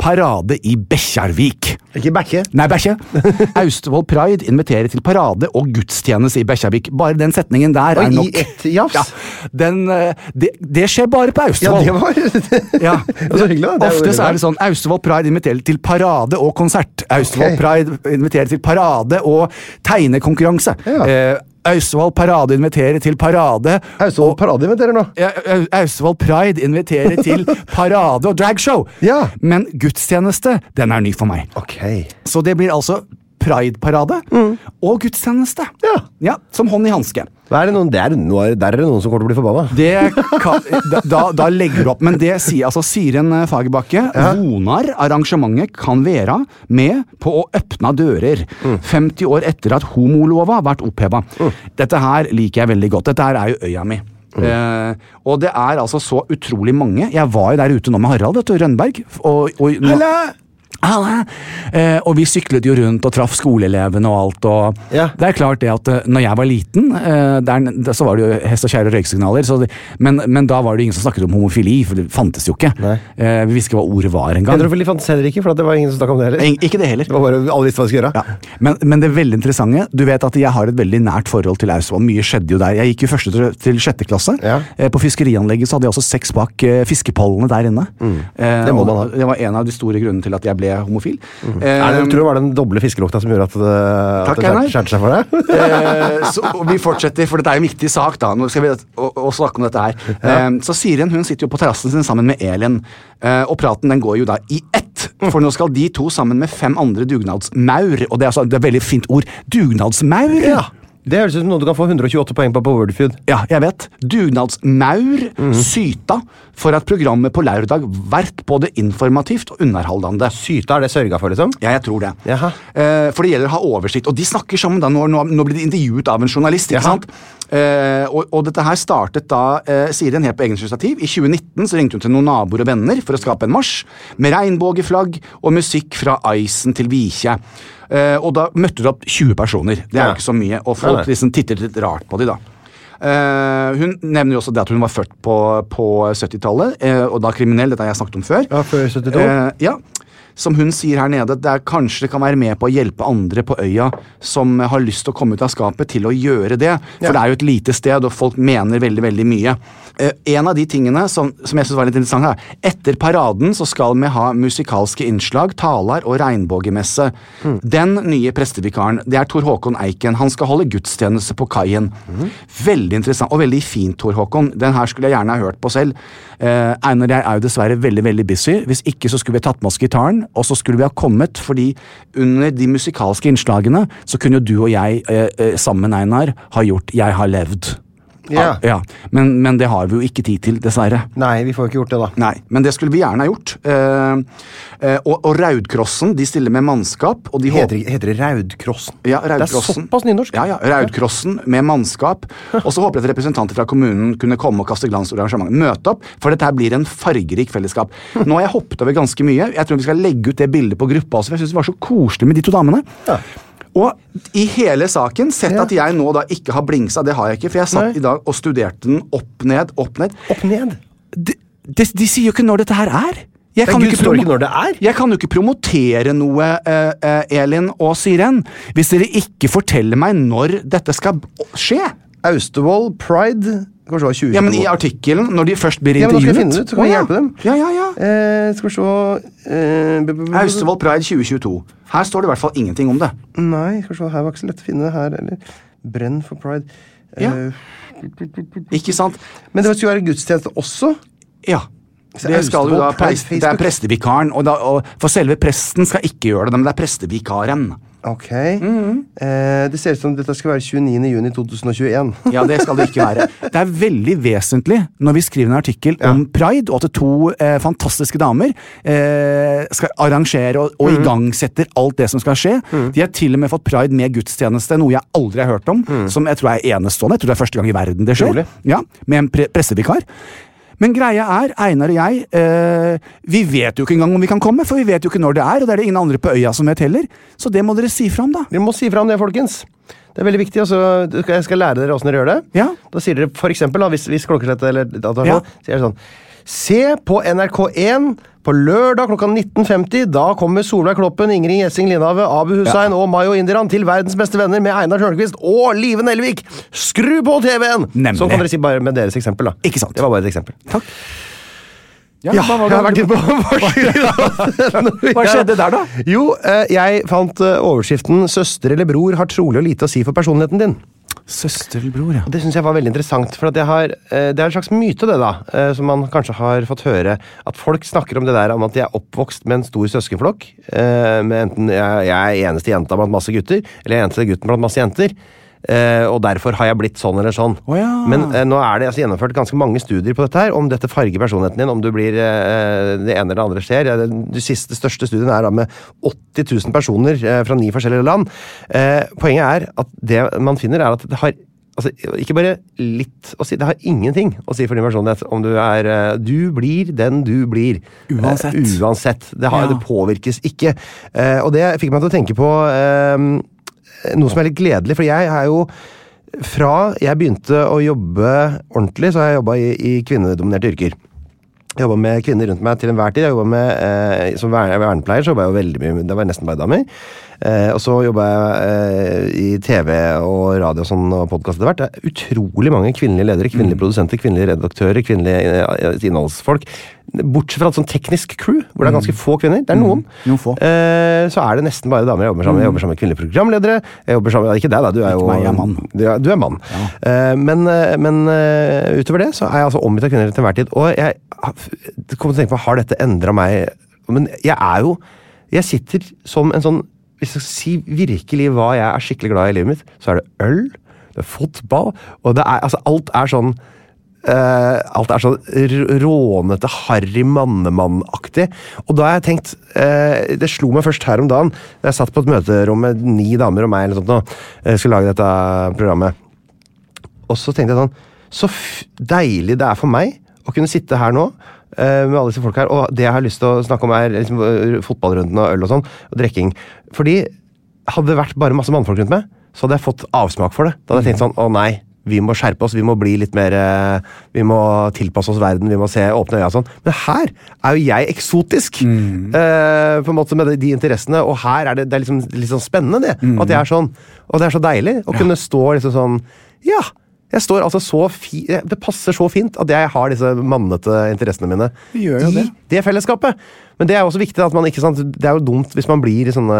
Speaker 2: parade i Bekkjarvik.
Speaker 3: Ikke backe.
Speaker 2: Nei,
Speaker 3: [LAUGHS]
Speaker 2: Bæsje. Austevoll Pride inviterer til parade og gudstjeneste i Bekkjarvik. Bare den setningen der
Speaker 3: Oi, i
Speaker 2: er nok.
Speaker 3: ett jafs?
Speaker 2: Ja, den, eh, det, det skjer bare på
Speaker 3: Ja,
Speaker 2: Austevoll.
Speaker 3: det
Speaker 1: [LAUGHS]
Speaker 3: var
Speaker 2: Ja.
Speaker 3: var så hyggelig, da. [LAUGHS] Det er jo
Speaker 2: Ofte så
Speaker 3: veldig
Speaker 2: er det sånn Austevoll Pride inviterer til parade og konsert. Austevoll
Speaker 3: Ok.
Speaker 2: Pride inviterer til parade og tegnekonkurranse.
Speaker 3: Ja.
Speaker 2: Eh, Austevoll Parade inviterer til parade
Speaker 3: Austevoll Parade inviterer nå.
Speaker 2: ja, Au- Austevoll Pride inviterer
Speaker 3: [LAUGHS]
Speaker 2: til parade og dragshow.
Speaker 3: Ja.
Speaker 2: Men gudstjeneste, den er ny for meg.
Speaker 3: Ok.
Speaker 2: Så det blir altså Pride-parade og gudstjeneste.
Speaker 3: Ja.
Speaker 2: Som hånd i hanske.
Speaker 1: Hva er det noen, det er, noe- der er det noen som kommer til å bli forbanna.
Speaker 2: Det kan, da- da, da legger du opp. Men det sier altså Siren eh, Fagerbakke. Vonar arrangementet kan være med på å åpne dører 50 år etter at homolova vært oppheva. Dette her liker jeg veldig godt. Dette her er jo øya mi. Eh, og det er altså så utrolig mange. Jeg var jo der ute nå med Harald vet du, Rønberg. Og, og, nå- Halla! Eh, og vi syklet jo rundt og traff skoleelevene og alt. Og
Speaker 3: Ja.
Speaker 2: Det er klart det at eh, når jeg var liten, eh, der, n- da- så var det jo hest og kjære og røyksignaler. Så det, men, men da var det ingen som snakket om homofili, for det fantes jo ikke.
Speaker 3: Nei.
Speaker 2: Eh, vi visste ikke hva ordet var engang.
Speaker 1: Pedrofili fantes heller ikke, for at det var ingen som snakka om det heller.
Speaker 2: Ing- Ikke det heller.
Speaker 1: Det var bare, Alle visste hva de skulle gjøre.
Speaker 2: Ja. Men, men det veldig interessante Du vet at jeg har et veldig nært forhold til Austevoll. Mye skjedde jo der. Jeg gikk jo første til, til sjette klasse.
Speaker 3: Ja.
Speaker 2: Eh, på fiskerianlegget så hadde jeg også sex bak eh, fiskepallene der inne. Eh,
Speaker 1: Mm. Det må
Speaker 2: og
Speaker 1: man ha. Mm.
Speaker 2: det var en av de store grunnene til at jeg ble homofil. Eh,
Speaker 3: Ehm,
Speaker 1: Er det, tror du det var den doble fiskelukta som gjorde at det, at
Speaker 2: Takk,
Speaker 1: det skjær-
Speaker 2: Einar.
Speaker 1: skjærte seg for deg? [LAUGHS]
Speaker 2: Eh, så, og vi fortsetter, for dette er en viktig sak. da Nå skal vi å, å snakke om dette her Eh, Så Siren hun sitter jo på terrassen sin sammen med Elin. Eh, og praten den går jo da i ett, for nå skal de to sammen med fem andre dugnadsmaur. Og det er, altså, det er et veldig fint ord. Dugnadsmaur!
Speaker 1: Det høres ut som noe du kan få 128 poeng på på Wordfeud.
Speaker 2: Ja, jeg vet. Dugnadsmaur syta for at programmet på lørdag vert både informativt og underholdende.
Speaker 1: Syta er det sørga for, liksom?
Speaker 2: Ja, jeg tror det.
Speaker 1: Jaha.
Speaker 2: Eh, for det gjelder å ha oversikt. Og de snakker sammen. da, Nå, nå, nå blir de intervjuet av en journalist. ikke
Speaker 1: Jaha.
Speaker 2: sant? Eh, og, og dette her startet da eh, Siren helt på eget initiativ. I 2019 så ringte hun til noen naboer og venner for å skape en marsj med regnbueflagg og musikk fra Isen til Vikje. Eh, og da møtte det opp 20 personer. Det er
Speaker 1: Ja.
Speaker 2: jo ikke så mye. Og
Speaker 1: Nei,
Speaker 2: folk
Speaker 1: nei.
Speaker 2: liksom titter litt rart på de da. Eh, hun nevner jo også det at hun var født på, på 70-tallet, eh, og da kriminell. Dette har jeg snakket om før.
Speaker 1: Ja, før 72.
Speaker 2: Eh, ja. Som hun sier her nede, det er kanskje det kan være med på å hjelpe andre på øya som har lyst til å komme ut av skapet, til å gjøre det. For det er jo et lite sted, og folk mener veldig veldig mye. Eh, en av de tingene som, som jeg synes var litt interessant her, Etter paraden så skal vi ha musikalske innslag, taler og regnbuemesse. Den nye prestevikaren det er Tor Håkon Eiken. Han skal holde gudstjeneste på kaien. Veldig interessant, og veldig fint, Tor Håkon. Den her skulle jeg gjerne ha hørt på selv. Eh, Einar og jeg er jo dessverre veldig veldig busy. Hvis ikke så skulle vi tatt med oss gitaren, og så skulle vi ha kommet, fordi under de musikalske innslagene så kunne jo du og jeg eh, eh, sammen, Einar, ha gjort 'Jeg har levd'.
Speaker 1: ah, Ja.
Speaker 2: Ja, men, men det har vi jo ikke tid til, dessverre.
Speaker 1: Nei, vi får jo ikke gjort det, da.
Speaker 2: Nei, men det skulle vi gjerne ha gjort. Eh, eh, og, og Raudkrossen de stiller med mannskap. Og de
Speaker 1: Heter,
Speaker 2: håper-
Speaker 1: det- heter det Raudkrossen?
Speaker 2: ja,
Speaker 1: det er
Speaker 2: Raudkrossen.
Speaker 1: såpass nynorsk?
Speaker 2: Ja, ja, Raudkrossen med
Speaker 1: [LAUGHS]
Speaker 2: mannskap. Og så håper jeg at representanter fra kommunen kunne komme og kaste glans over arrangementet. Møte opp, for dette her blir en fargerik
Speaker 1: [LAUGHS]
Speaker 2: fellesskap. Nå har jeg hoppet over ganske mye. Jeg tror vi skal legge ut det bildet på gruppa også, for jeg syns det var så koselig med de to damene. Og i hele saken, sett at jeg nå da ikke har blingsa, det har jeg ikke, for jeg satt
Speaker 1: Nei.
Speaker 2: i dag og studerte den opp ned, opp ned.
Speaker 1: Opp ned.
Speaker 2: De, de, de sier jo ikke når dette her er. Jeg
Speaker 1: Nei,
Speaker 2: kan, jo
Speaker 1: Gud
Speaker 2: ikke
Speaker 1: står
Speaker 2: promo-
Speaker 1: ikke når det er.
Speaker 2: jeg kan jo ikke promotere noe, eh, eh, Elin og Siren, hvis dere ikke forteller meg når dette skal b- skje.
Speaker 3: Austevoll Pride. Kanskje det var 2022.
Speaker 2: Ja, men I artikkelen, når de først blir
Speaker 3: Ja, men da skal
Speaker 2: intervjuet.
Speaker 3: jeg finne det ut, så kan
Speaker 2: Å,
Speaker 3: jeg
Speaker 2: ja.
Speaker 3: hjelpe dem.
Speaker 2: Ja, ja, ja.
Speaker 3: Eh, skal vi se eh, bu- bu- bu- bu-
Speaker 2: Austevoll Pride 2022. Her står det i hvert fall ingenting om det.
Speaker 3: Nei, skal vi se, her var ikke så lett å finne det her, eller Brenn for Pride.
Speaker 2: Ja.
Speaker 3: Eh,
Speaker 2: Ikke sant?
Speaker 3: men det skulle være gudstjeneste også.
Speaker 2: Ja. Det, skal jo da, preis- det er prestevikaren. Og da, og, for selve presten skal ikke gjøre det, men det er prestevikaren.
Speaker 1: Ok.
Speaker 2: Mm-hmm.
Speaker 1: Eh, det ser ut som dette skal være 29. juni 2021.
Speaker 2: Ja, Det skal det ikke være. Det er veldig vesentlig når vi skriver en artikkel om pride, og at to eh, fantastiske damer eh, skal arrangere og, og igangsetter alt det som skal skje. De har til og med fått pride med gudstjeneste, noe jeg aldri har hørt om. Som jeg tror er enestående. Jeg tror det er første gang i verden det skjer.
Speaker 1: Utrolig.
Speaker 2: Ja, Med en pre pressevikar. Men greia er, Einar og jeg, eh, vi vet jo ikke engang om vi kan komme, for vi vet jo ikke når det er, og det er det ingen andre på øya som vet heller. Så det må dere si fra om, da.
Speaker 1: [LAUGHS] Dere må si fra om det, folkens. Det er veldig viktig. og så skal- jeg skal lære dere åssen dere gjør det.
Speaker 2: Ja.
Speaker 1: Da sier dere for eksempel, da, hvis, hvis klokkeslettet eller datoen
Speaker 2: Ja.
Speaker 1: ja. sier sånn Se på NRK1 på lørdag klokka 19.50. Da kommer Solveig Kloppen, Ingrid Gjessing Lindhave, Abu Hussein og Mayo Indiran til Verdens beste venner med Einar Tørnquist og Live Nelvik! Skru på TV-en!
Speaker 2: Nemlig.
Speaker 1: Sånn kan dere si bare med deres eksempel. da.
Speaker 2: Ikke sant.
Speaker 1: Det var bare et eksempel.
Speaker 2: Takk. Ja,
Speaker 1: Ja,
Speaker 2: hva var
Speaker 1: jeg
Speaker 2: det-
Speaker 1: har vært inne på
Speaker 2: [LAUGHS] Hva skjedde der, da?
Speaker 1: Jo, eh, jeg fant eh, overskriften 'Søster eller bror har trolig og lite å si for personligheten din'.
Speaker 2: Søster eller bror, ja.
Speaker 1: Og Det syns jeg var veldig interessant. For at jeg har, eh, det er en slags myte, det, da. eh, Som man kanskje har fått høre. At folk snakker om det der om at de er oppvokst med en stor søskenflokk. eh, Med enten jeg, jeg er eneste jenta blant masse gutter, eller jeg er eneste gutten blant masse jenter. eh, Og derfor har jeg blitt sånn eller sånn.
Speaker 2: Å ja.
Speaker 1: Men eh, nå er det altså, gjennomført ganske mange studier på dette her, om dette farger personligheten din, om du blir eh, det ene eller det andre skjer. Ja, den- De siste største studien er da med 80 000 personer eh, fra ni forskjellige land. Eh, poenget er at det man finner, er at det har Altså, ikke bare litt å si, det har ingenting å si for din personlighet om du er eh, Du blir den du blir. Eh,
Speaker 2: Uansett.
Speaker 1: uansett. Det, har,
Speaker 2: Ja.
Speaker 1: det påvirkes ikke. Eh, og det fikk meg til å tenke på eh, noe som er litt gledelig, for jeg er jo fra jeg begynte å jobbe ordentlig, så har jeg jobba i, i kvinnedominerte yrker. Jeg jobba med kvinner rundt meg til enhver tid. Jeg jobbet med, eh, som verne- vernepleier så jobbet jeg jo veldig mye, med- det var nesten bare damer. Eh, og så jobba jeg eh, i TV og radio og sånn, og podkast etter hvert. Det er utrolig mange kvinnelige ledere, kvinnelige
Speaker 2: Mm.
Speaker 1: produsenter, kvinnelige redaktører, kvinnelige eh, innholdsfolk. Bortsett fra et sånn teknisk crew, hvor det er ganske få kvinner. Det er noen.
Speaker 2: Mm. Noen få.
Speaker 1: Eh, så er det nesten bare damer jeg jobber sammen med. Jeg jobber sammen med kvinnelige programledere. Jeg jobber sammen, ja, Ikke deg, da. Du er jo
Speaker 2: Ikke meg, jeg er mann.
Speaker 1: Du er, du er mann. Eh, men eh, men eh, utover det så er jeg altså omgitt av kvinner til enhver tid. Og jeg har- kom til å tenke på, har dette endra meg? Men jeg er jo Jeg sitter som en sånn Hvis jeg skal si virkelig hva jeg er skikkelig glad i i livet mitt, så er det øl, det er fotball, og det er altså Alt er sånn Eh, alt er sånn r- rånete, harry mannemann-aktig. Og da har jeg tenkt eh, Det slo meg først her om dagen. da Jeg satt på et møterom med ni damer og meg eller noe sånt, nå, eh, skulle lage dette programmet. Og så tenkte jeg sånn Så f deilig det er for meg å kunne sitte her nå eh, med alle disse folk her, og det jeg har lyst til å snakke om, er liksom, eh, fotballrunden og øl og sånn, og drikking. Fordi hadde det vært bare masse mannfolk rundt meg, så hadde jeg fått avsmak for det. Da hadde jeg tenkt sånn Å nei, vi må skjerpe oss, vi må bli litt mer eh, Vi må tilpasse oss verden, vi må se åpne øya og sånn. Men her er jo jeg eksotisk, eh, på en måte med de, de interessene, og her er det, det er liksom, litt sånn spennende, det. At jeg er sånn. Og det er så deilig å kunne stå liksom sånn Ja! Jeg står altså så fi Det passer så fint at jeg har disse mannete interessene mine
Speaker 2: Det gjør jo
Speaker 1: i
Speaker 2: det.
Speaker 1: det fellesskapet. Men det er jo også viktig at man ikke sant, Det er jo dumt hvis man blir i sånne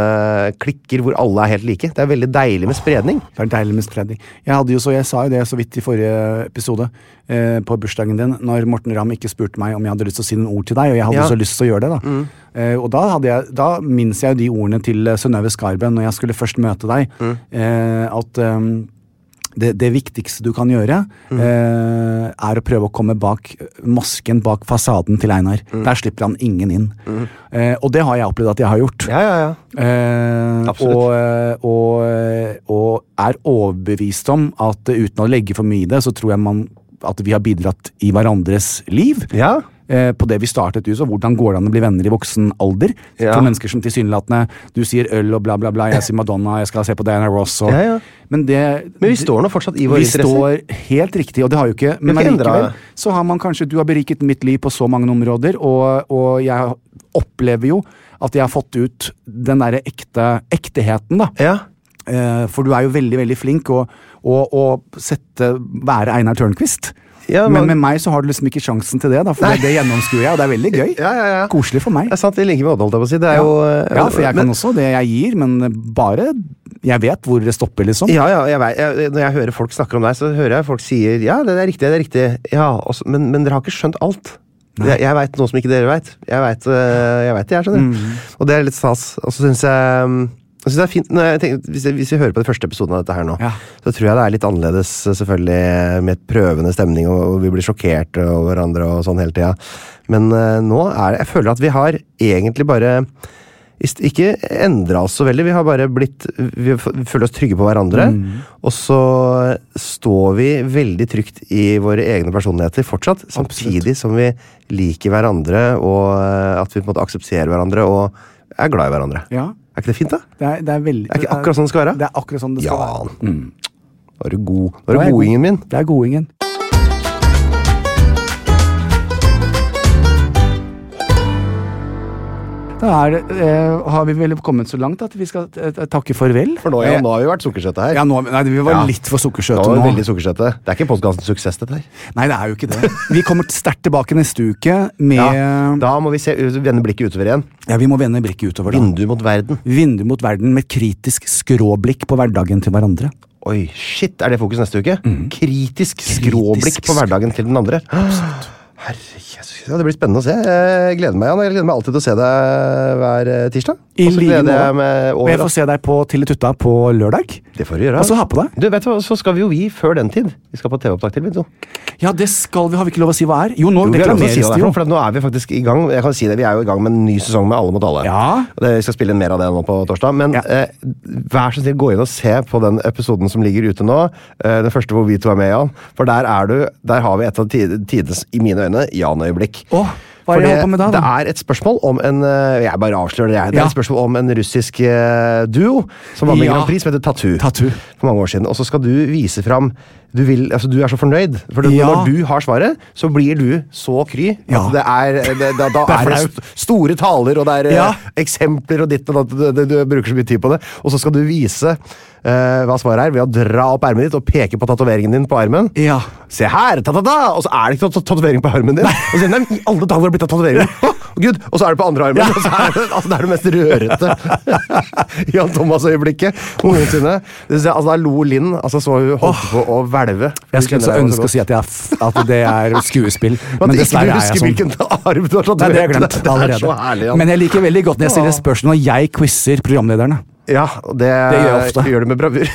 Speaker 1: klikker hvor alle er helt like. Det er veldig deilig med spredning.
Speaker 2: Det er deilig med spredning. Jeg hadde jo så, jeg sa jo det så vidt i forrige episode, eh, på bursdagen din, når Morten Ramm ikke spurte meg om jeg hadde lyst til å si noen ord til deg, og jeg hadde
Speaker 1: Ja. Mm.
Speaker 2: så lyst til å gjøre det, da. Eh, og da, hadde jeg, da minnes jeg jo de ordene til eh, Synnøve Skarben når jeg skulle først møte deg,
Speaker 1: Mm.
Speaker 2: eh, at ehm, det, det viktigste du kan gjøre,
Speaker 1: Mm.
Speaker 2: eh, er å prøve å komme bak masken bak fasaden til Einar.
Speaker 1: Mm.
Speaker 2: Der slipper han ingen inn. Eh, og det har jeg opplevd at jeg har gjort.
Speaker 1: Ja, ja, ja.
Speaker 2: Eh,
Speaker 1: Absolutt.
Speaker 2: og, eh, og, eh, og er overbevist om at eh, uten å legge for mye i det, så tror jeg man, at vi har bidratt i hverandres liv.
Speaker 1: Ja.
Speaker 2: Eh, på det vi startet ut, så hvordan går det an å bli venner i voksen alder?
Speaker 1: Ja.
Speaker 2: For mennesker som tilsynelatende Du sier øl og bla, bla, bla, jeg sier Madonna, jeg skal se på Diana Ross og
Speaker 1: Ja, ja.
Speaker 2: Men det
Speaker 1: Men vi står nå fortsatt i våre
Speaker 2: vi
Speaker 1: interesser.
Speaker 2: står helt riktig, og det har jo ikke
Speaker 1: Vi
Speaker 2: Men
Speaker 1: har ikke
Speaker 2: allikevel
Speaker 1: endret det.
Speaker 2: så har man kanskje Du har beriket mitt liv på så mange områder, og, og jeg opplever jo at jeg har fått ut den derre ekte ekteheten, da.
Speaker 1: Ja.
Speaker 2: Eh, for du er jo veldig, veldig flink å, å, å sette Være Einar Tørnquist.
Speaker 1: Ja,
Speaker 2: men,
Speaker 1: man-
Speaker 2: med meg så har du liksom ikke sjansen til det, da, for det, det gjennomskuer jeg, og det er veldig gøy.
Speaker 1: Ja, ja, ja.
Speaker 2: Koselig for meg.
Speaker 1: Det er sant, i like måte, holdt jeg på å si. Det er
Speaker 2: Ja.
Speaker 1: jo eh,
Speaker 2: ja, for jeg kan
Speaker 1: men-
Speaker 2: også det jeg gir, men bare Jeg vet hvor det stopper, liksom.
Speaker 1: Ja, ja, jeg vet, jeg, Når jeg hører folk snakker om deg, så hører jeg folk sier ja, det er riktig, det er riktig, ja, og så- men, men dere har ikke skjønt alt. Jeg, jeg veit noe som ikke dere veit. Jeg veit det, jeg, skjønner du. Og det er litt stas. Og så syns jeg mm, jeg synes det er fint, når jeg tenker, hvis, jeg, hvis vi hører på den første episoden av dette her nå,
Speaker 2: Ja.
Speaker 1: så tror jeg det er litt annerledes, øh, selvfølgelig, med et prøvende stemning, og, og vi blir sjokkert over hverandre og sånn hele tida. Men eh, nå er det Jeg føler at vi har egentlig bare ist- ikke endra oss så veldig. Vi har bare blitt Vi f- føler oss trygge på hverandre.
Speaker 2: Mm.
Speaker 1: Og så står vi veldig trygt i våre egne personligheter fortsatt, samtidig som vi liker hverandre, og eh, at vi på en måte aksepterer hverandre og er glad i hverandre.
Speaker 2: Ja.
Speaker 1: Er ikke det fint, da?
Speaker 2: Det er, det er veldig
Speaker 1: Er ikke akkurat sånn det skal være?
Speaker 2: Det er akkurat sånn det skal være.
Speaker 1: Jan. Var du god?
Speaker 2: Nå
Speaker 1: Var
Speaker 2: er jeg
Speaker 1: du
Speaker 2: god.
Speaker 1: godingen min?
Speaker 2: Det er godingen. Da er, det, eh, har vi vel kommet så langt at vi skal eh, takke farvel? Eh,
Speaker 1: For nå, ja, nå har vi vært sukkersøte her.
Speaker 2: Ja, nå, nei, vi var
Speaker 1: Ja.
Speaker 2: litt for
Speaker 1: nå
Speaker 2: sukkersøte
Speaker 1: var vi
Speaker 2: nå.
Speaker 1: veldig sukkersøte. Det er ikke podkastens suksess, dette her.
Speaker 2: Nei, det er jo ikke det. Vi kommer sterkt tilbake neste uke med
Speaker 1: Ja,
Speaker 2: ja,
Speaker 1: da må vi se, vende blikket utover igjen.
Speaker 2: Vi må vende blikket utover, da.
Speaker 1: Vindu mot verden.
Speaker 2: Vindu mot verden med kritisk skråblikk på hverdagen til hverandre.
Speaker 1: Oi, shit, er det fokus neste uke? Kritisk skråblikk
Speaker 2: Mm. Kritisk
Speaker 1: på hverdagen til den andre. Herre Jesus, ja, Det blir spennende å se. Jeg gleder meg Jan. Jeg gleder meg alltid til å se deg hver eh, tirsdag.
Speaker 2: I
Speaker 1: Og så
Speaker 2: like
Speaker 1: gleder
Speaker 2: måte.
Speaker 1: jeg meg
Speaker 2: Og jeg
Speaker 1: over
Speaker 2: får se deg på Teletutta på lørdag.
Speaker 1: at- Det får du gjøre.
Speaker 2: Og så ha på deg.
Speaker 1: Du, vet du hva, Så skal vi jo vi før den tid. Vi skal på TV-opptak til. vet du.
Speaker 2: Ja, det skal vi. Har vi ikke lov å si hva er? Jo, nå
Speaker 1: Jo, vi har lov til å si
Speaker 2: deklameres
Speaker 1: hva det er
Speaker 2: det
Speaker 1: for
Speaker 2: jo.
Speaker 1: noe, for Nå er vi faktisk i gang Jeg kan si det, vi er jo i gang med en ny sesong med Alle mot alle.
Speaker 2: Ja.
Speaker 1: Og det- Vi skal spille inn mer av det nå på torsdag. Men
Speaker 2: Ja.
Speaker 1: eh, vær så snill, gå inn og se på den episoden som ligger ute nå. Eh, den første hvor vi to er med, Jan. For der er du, der har vi et av ti- tidenes, i mine øyne, Jan-øyeblikk.
Speaker 2: Åh, hva er det jeg holder på med da, da?
Speaker 1: det er et spørsmål om en eh, Jeg bare avslører det, jeg. Det er
Speaker 2: Ja.
Speaker 1: et spørsmål om en russisk eh, duo som vant en
Speaker 2: Ja.
Speaker 1: Grand Prix som heter Tattoo.
Speaker 2: Tattoo.
Speaker 1: For mange år siden. Og så skal du vise fram du, vil, altså, du er så fornøyd. For
Speaker 2: Ja.
Speaker 1: når du har svaret, så blir du så kry at
Speaker 2: Ja.
Speaker 1: det er, eh, det, da, da
Speaker 2: Det er
Speaker 1: er det
Speaker 2: flaut.
Speaker 1: st- store taler, og det er eh,
Speaker 2: Ja.
Speaker 1: eksempler og ditt og datt. Du, du, du bruker så mye tid på det. Og så skal du vise eh, hva svaret er ved å dra opp ermet ditt og peke på tatoveringen din på armen.
Speaker 2: Ja.
Speaker 1: Se her! Ta-ta-ta! Og så er det ikke noe tatovering på armen din. Og så, sier de, nei, i alle dager har det blitt av tatovering. Å, Gud! Og så er det på andre armen. Og så er det, altså, det er det mest [LAUGHS] rørete Jan Thomas-øyeblikket noensinne. Det synes jeg, altså, da lo Linn. Altså, så hun holdt på å hvelve.
Speaker 2: Jeg skulle så ønske å si
Speaker 1: at
Speaker 2: at, jeg, er f- at det
Speaker 1: [LAUGHS]
Speaker 2: er skuespill,
Speaker 1: men
Speaker 2: men
Speaker 1: ikke du
Speaker 2: dessverre er
Speaker 1: husker
Speaker 2: jeg sånn.
Speaker 1: hvilken arv du har tatovert.
Speaker 2: Nei, det har jeg glemt
Speaker 1: [LAUGHS] Det er så
Speaker 2: allerede.
Speaker 1: herlig, Jan.
Speaker 2: Men jeg liker veldig godt når jeg stiller spørsmål og jeg quizer programlederne.
Speaker 1: Ja, og det,
Speaker 2: Det gjør jeg ofte.
Speaker 1: gjør du med
Speaker 2: [LAUGHS]
Speaker 1: bravur.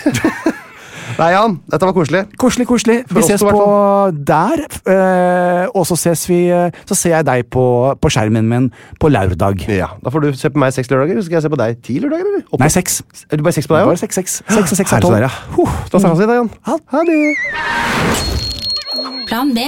Speaker 1: Nei, Jan. Dette var koselig.
Speaker 2: Koselig, koselig.
Speaker 1: For
Speaker 2: Vi
Speaker 1: oss
Speaker 2: ses
Speaker 1: to, i
Speaker 2: på
Speaker 1: hvert
Speaker 2: der, eh, og så ses vi eh, Så ser jeg deg på, på skjermen min på lørdag.
Speaker 1: Ja, Da får du se på meg seks lørdager, så skal jeg se på deg ti lørdager. eller? Opp-
Speaker 2: Nei, seks.
Speaker 1: Er du bare seks på deg
Speaker 2: Bare
Speaker 1: også?
Speaker 2: seks, seks. Seks og seks er
Speaker 1: Herre
Speaker 2: tolv.
Speaker 1: der, ja.
Speaker 2: Huh,
Speaker 1: Da snakkes vi da, Jan.
Speaker 2: Ha det.
Speaker 1: Ha det.
Speaker 4: Plan B.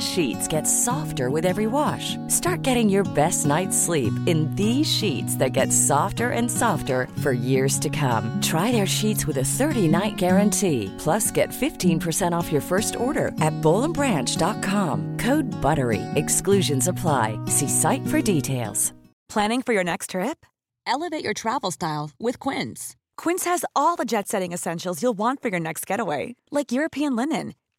Speaker 4: sheets get softer with every wash. Start getting your best night's sleep in these sheets that get softer and softer for years to come. Try their sheets with a 30-night guarantee. Plus, get 15% off your first order at bowlandbranch.com. Code BUTTERY. Exclusions apply. See site for details.
Speaker 5: Planning for your next trip?
Speaker 4: Elevate your travel style with Quince.
Speaker 5: Quince has all the jet setting essentials you'll want for your next getaway, like European linen,